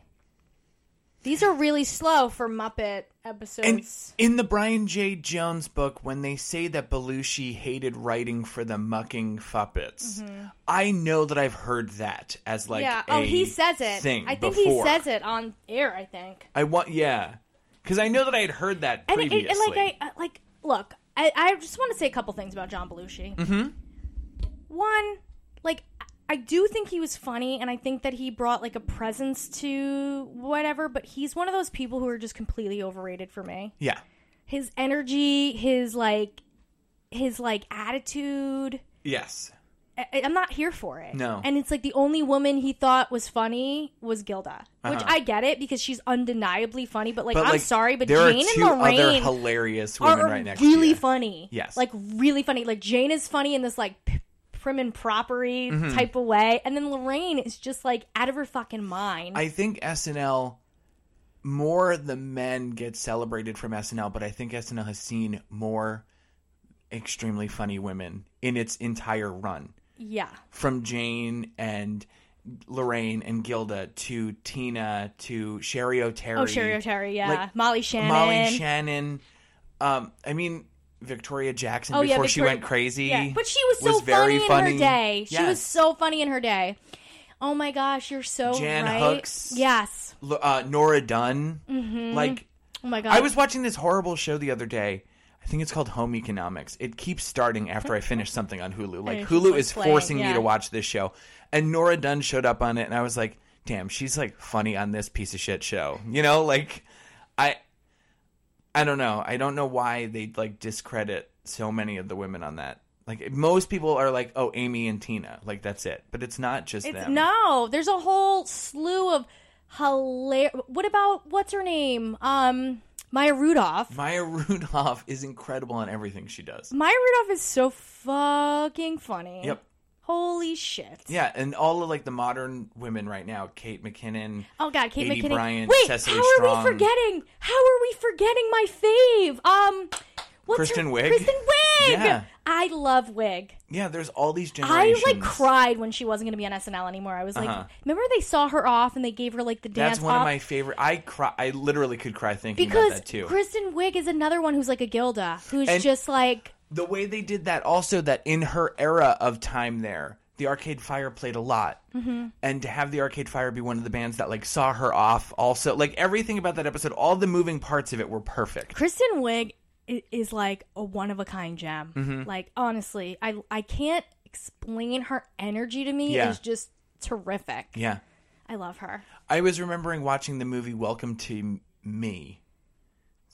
[SPEAKER 4] These are really slow for Muppet episodes.
[SPEAKER 3] And in the Brian J. Jones book, when they say that Belushi hated writing for the mucking Fuppets,
[SPEAKER 4] Mhm.
[SPEAKER 3] I know that I've heard that as like
[SPEAKER 4] yeah. Oh,
[SPEAKER 3] a
[SPEAKER 4] he says it.
[SPEAKER 3] Thing
[SPEAKER 4] I think
[SPEAKER 3] before.
[SPEAKER 4] he says it on air. I think.
[SPEAKER 3] I want yeah, because I know that I had heard that
[SPEAKER 4] And, it,
[SPEAKER 3] previously.
[SPEAKER 4] it, and like I I- like look, I, I just want to say a couple things about John Belushi.
[SPEAKER 3] mm-hmm.
[SPEAKER 4] One, like I- I do think he was funny, and I think that he brought like a presence to whatever. But he's one of those people who are just completely overrated for me.
[SPEAKER 3] Yeah.
[SPEAKER 4] His energy, his like, his like attitude.
[SPEAKER 3] Yes.
[SPEAKER 4] I- I'm not here for it.
[SPEAKER 3] No.
[SPEAKER 4] And it's like the only woman he thought was funny was Gilda, which
[SPEAKER 3] Uh-huh.
[SPEAKER 4] I get it because she's undeniably funny. But like,
[SPEAKER 3] but
[SPEAKER 4] I'm
[SPEAKER 3] like,
[SPEAKER 4] sorry, but
[SPEAKER 3] there
[SPEAKER 4] Jane
[SPEAKER 3] are two
[SPEAKER 4] and
[SPEAKER 3] other
[SPEAKER 4] Lorraine
[SPEAKER 3] hilarious
[SPEAKER 4] are
[SPEAKER 3] women right next to
[SPEAKER 4] really
[SPEAKER 3] you.
[SPEAKER 4] funny.
[SPEAKER 3] Yes.
[SPEAKER 4] like really funny. Like Jane is funny in this like p- prim and propery
[SPEAKER 3] Mhm.
[SPEAKER 4] type of way, and then Lorraine is just like out of her fucking mind.
[SPEAKER 3] I think SNL more the men get celebrated from SNL, but I think SNL has seen more extremely funny women in its entire run.
[SPEAKER 4] yeah,
[SPEAKER 3] From Jane and Lorraine and Gilda to Tina to Sherry O'Terry.
[SPEAKER 4] oh Sherry O'Terry, yeah,
[SPEAKER 3] Like,
[SPEAKER 4] Molly Shannon,
[SPEAKER 3] Molly Shannon. Um, I mean Victoria Jackson
[SPEAKER 4] Oh, yeah,
[SPEAKER 3] before she
[SPEAKER 4] Victoria-
[SPEAKER 3] went crazy.
[SPEAKER 4] Yeah, but she was so
[SPEAKER 3] very
[SPEAKER 4] funny, in her day. She was so funny in her day. Oh my gosh, you're so
[SPEAKER 3] Jan
[SPEAKER 4] right.
[SPEAKER 3] Hooks.
[SPEAKER 4] Yes.
[SPEAKER 3] L- uh, Nora Dunn.
[SPEAKER 4] Mhm.
[SPEAKER 3] Like
[SPEAKER 4] Oh my god.
[SPEAKER 3] I was watching this horrible show the other day. I think it's called Home Economics. It keeps starting after I finish something on Hulu. Like
[SPEAKER 4] it's just,
[SPEAKER 3] Hulu
[SPEAKER 4] like,
[SPEAKER 3] is
[SPEAKER 4] playing,
[SPEAKER 3] forcing
[SPEAKER 4] yeah.
[SPEAKER 3] me to watch this show. And Nora Dunn showed up on it and I was like, "Damn, she's like funny on this piece of shit show." You know, like I I don't know. I don't know why they like discredit so many of the women on that. Like most people are like, "Oh, Amy and Tina." Like that's it. But it's not just
[SPEAKER 4] It's
[SPEAKER 3] them.
[SPEAKER 4] no. There's a whole slew of hilarious. What about what's her name? Um, Maya Rudolph.
[SPEAKER 3] Maya Rudolph (laughs) is incredible on everything she does.
[SPEAKER 4] Maya Rudolph is so fucking funny.
[SPEAKER 3] Yep.
[SPEAKER 4] Holy shit.
[SPEAKER 3] Yeah, and all of like the modern women right now, Kate McKinnon.
[SPEAKER 4] Oh god, Kate
[SPEAKER 3] Katie
[SPEAKER 4] McKinnon.
[SPEAKER 3] Bryant,
[SPEAKER 4] Wait,
[SPEAKER 3] Cecily
[SPEAKER 4] how
[SPEAKER 3] Strong.
[SPEAKER 4] are we forgetting? How are we forgetting my fave? Um, what's
[SPEAKER 3] Kristen
[SPEAKER 4] her?
[SPEAKER 3] Wiig?
[SPEAKER 4] Kristen Wiig.
[SPEAKER 3] Yeah.
[SPEAKER 4] I love Wig.
[SPEAKER 3] Yeah, there's all these
[SPEAKER 4] I
[SPEAKER 3] generations.
[SPEAKER 4] like cried when she wasn't going to be on SNL anymore. I was like,
[SPEAKER 3] Uh-huh.
[SPEAKER 4] remember they saw her off and they gave her like the dance
[SPEAKER 3] That's one
[SPEAKER 4] off
[SPEAKER 3] of my favorite. I cry. I literally could cry thinking
[SPEAKER 4] because
[SPEAKER 3] about that too.
[SPEAKER 4] Kristen Wiig is another one who's like a Gilda, who's
[SPEAKER 3] And-
[SPEAKER 4] just like
[SPEAKER 3] the way they did that, also that in her era of time there, the Arcade Fire played a lot,
[SPEAKER 4] mhm.
[SPEAKER 3] and to have the Arcade Fire be one of the bands that like saw her off, also like everything about that episode, all the moving parts of it were perfect.
[SPEAKER 4] Kristen Wiig i- is like a one of a kind gem.
[SPEAKER 3] Mhm.
[SPEAKER 4] Like honestly, I I can't explain her energy to me.
[SPEAKER 3] Yeah.
[SPEAKER 4] is just terrific.
[SPEAKER 3] Yeah.
[SPEAKER 4] I love her.
[SPEAKER 3] I was remembering watching the movie Welcome to M- Me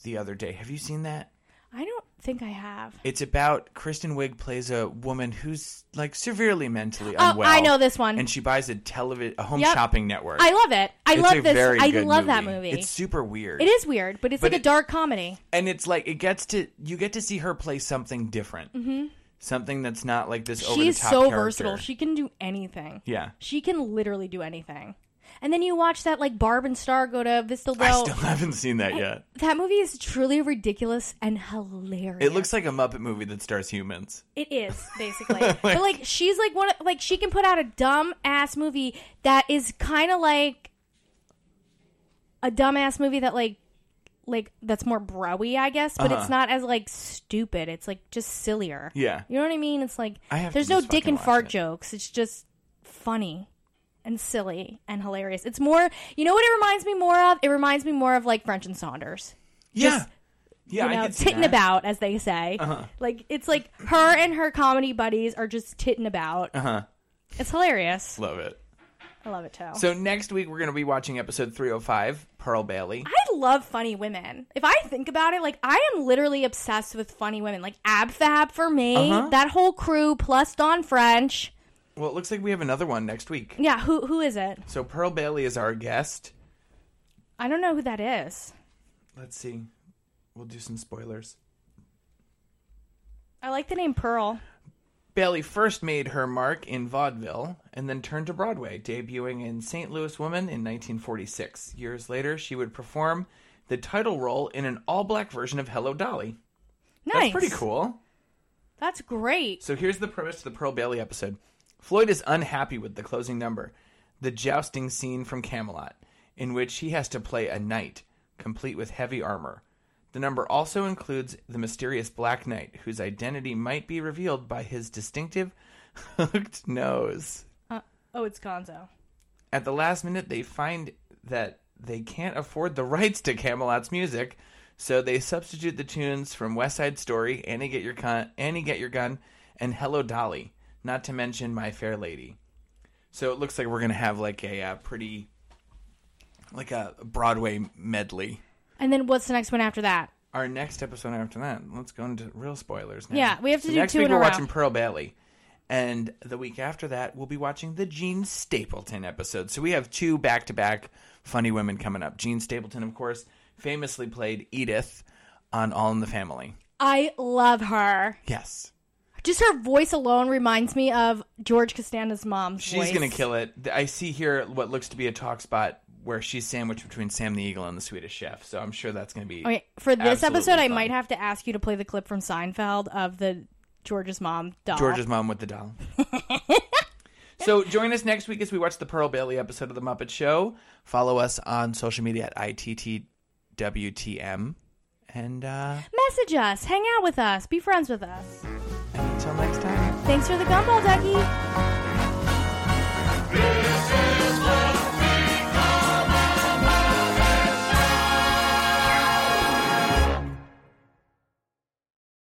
[SPEAKER 3] the other day. Have you seen that?
[SPEAKER 4] I don't think I have.
[SPEAKER 3] It's about Kristen Wiig plays a woman who's like severely mentally
[SPEAKER 4] Oh,
[SPEAKER 3] unwell.
[SPEAKER 4] I know this one.
[SPEAKER 3] And she buys a television, a home
[SPEAKER 4] Yep.
[SPEAKER 3] shopping network.
[SPEAKER 4] I love it. I
[SPEAKER 3] It's
[SPEAKER 4] love
[SPEAKER 3] a
[SPEAKER 4] this.
[SPEAKER 3] very
[SPEAKER 4] I
[SPEAKER 3] good
[SPEAKER 4] love that movie.
[SPEAKER 3] It's super weird.
[SPEAKER 4] It is weird, but it's
[SPEAKER 3] But
[SPEAKER 4] like a
[SPEAKER 3] it-
[SPEAKER 4] dark comedy.
[SPEAKER 3] and it's like it gets to you get to see her play something different,
[SPEAKER 4] Mm-hmm.
[SPEAKER 3] something that's not like this. over the
[SPEAKER 4] She's
[SPEAKER 3] top
[SPEAKER 4] so
[SPEAKER 3] character.
[SPEAKER 4] versatile. She can do anything. (laughs)
[SPEAKER 3] yeah.
[SPEAKER 4] She can literally do anything. And then you watch that like Barb and Star go to Vista
[SPEAKER 3] I
[SPEAKER 4] Low.
[SPEAKER 3] still haven't seen that
[SPEAKER 4] (laughs)
[SPEAKER 3] yet.
[SPEAKER 4] that movie is truly ridiculous and hilarious.
[SPEAKER 3] It looks like a Muppet movie that stars humans. (laughs)
[SPEAKER 4] It is basically, but like she's like one of- like she can put out a dumb ass movie that is kind of like a dumb ass movie that like like that's more broy, I guess, but it's
[SPEAKER 3] Uh-huh.
[SPEAKER 4] not as like stupid. It's like just sillier.
[SPEAKER 3] Yeah.
[SPEAKER 4] you know what I mean. It's like
[SPEAKER 3] I have to
[SPEAKER 4] there's no
[SPEAKER 3] just
[SPEAKER 4] dick
[SPEAKER 3] fucking
[SPEAKER 4] and
[SPEAKER 3] watch
[SPEAKER 4] fart
[SPEAKER 3] it.
[SPEAKER 4] jokes. It's just funny and silly and hilarious. It's more. You know what it reminds me more of? It reminds me more of like French and Saunders.
[SPEAKER 3] Yeah.
[SPEAKER 4] Just,
[SPEAKER 3] Yeah,
[SPEAKER 4] you
[SPEAKER 3] I
[SPEAKER 4] know,
[SPEAKER 3] can see
[SPEAKER 4] titting
[SPEAKER 3] that.
[SPEAKER 4] about, as they say.
[SPEAKER 3] Uh-huh.
[SPEAKER 4] Like it's like her and her comedy buddies are just titting about.
[SPEAKER 3] Uh huh.
[SPEAKER 4] It's hilarious.
[SPEAKER 3] Love it.
[SPEAKER 4] I love it too.
[SPEAKER 3] So next week we're going to be watching episode 305, Pearl Bailey.
[SPEAKER 4] I love funny women. If I think about it, like I am literally obsessed with funny women. Like Ab Fab for me,
[SPEAKER 3] Uh-huh.
[SPEAKER 4] that whole crew plus Don French.
[SPEAKER 3] Well, it looks like we have another one next week.
[SPEAKER 4] Yeah, who who is it?
[SPEAKER 3] So Pearl Bailey is our guest.
[SPEAKER 4] I don't know who that is.
[SPEAKER 3] Let's see. We'll do some spoilers.
[SPEAKER 4] I like the name Pearl.
[SPEAKER 3] Bailey first made her mark in vaudeville and then turned to Broadway, debuting in St. Louis Woman in 1946. Years later, she would perform the title role in an all black version of Hello Dolly.
[SPEAKER 4] Nice.
[SPEAKER 3] That's pretty cool.
[SPEAKER 4] That's great.
[SPEAKER 3] So here's the premise to the Pearl Bailey episode Floyd is unhappy with the closing number. the jousting scene from Camelot, in which he has to play a knight, complete with heavy armor. The number also includes the mysterious Black Knight, whose identity might be revealed by his distinctive (laughs) hooked nose.
[SPEAKER 4] Uh, oh, it's Gonzo.
[SPEAKER 3] At the last minute, they find that they can't afford the (laughs) rights to Camelot's music, so they substitute the tunes from West Side Story, Annie Get Your Gun, Annie Get Your Gun, and Hello Dolly, not to mention My Fair Lady. So it looks like we're gonna have like a, uh pretty, like a Broadway medley.
[SPEAKER 4] And then what's the next one after that?
[SPEAKER 3] Our next episode after that, let's go into real spoilers. Now.
[SPEAKER 4] Yeah, we have to
[SPEAKER 3] So
[SPEAKER 4] do
[SPEAKER 3] next
[SPEAKER 4] two
[SPEAKER 3] week.
[SPEAKER 4] in a
[SPEAKER 3] we're
[SPEAKER 4] row.
[SPEAKER 3] watching Pearl Bailey, and the week after that, we'll be watching the Gene Stapleton episode. So we have two back-to-back funny women coming up. Gene Stapleton, of course, famously played Edith on All in the Family.
[SPEAKER 4] I love her.
[SPEAKER 3] Yes.
[SPEAKER 4] Just her voice alone reminds me of George Costanza's mom's
[SPEAKER 3] She's
[SPEAKER 4] voice.
[SPEAKER 3] gonna kill it. I see here what looks to be a talk spot where she's sandwiched between Sam the Eagle and the Swedish Chef. So I'm sure that's gonna be
[SPEAKER 4] Okay, for this
[SPEAKER 3] absolutely
[SPEAKER 4] episode, I
[SPEAKER 3] fun.
[SPEAKER 4] might have to ask you to play the clip from Seinfeld of the George's mom doll.
[SPEAKER 3] George's mom with the doll. (laughs) so join us next week as we watch the Pearl Bailey episode of The Muppet Show. Follow us on social media at ITTWTM. And uh,
[SPEAKER 4] Message us, hang out with us, be friends with us.
[SPEAKER 3] until next time.
[SPEAKER 4] Thanks for the gumball, Ducky.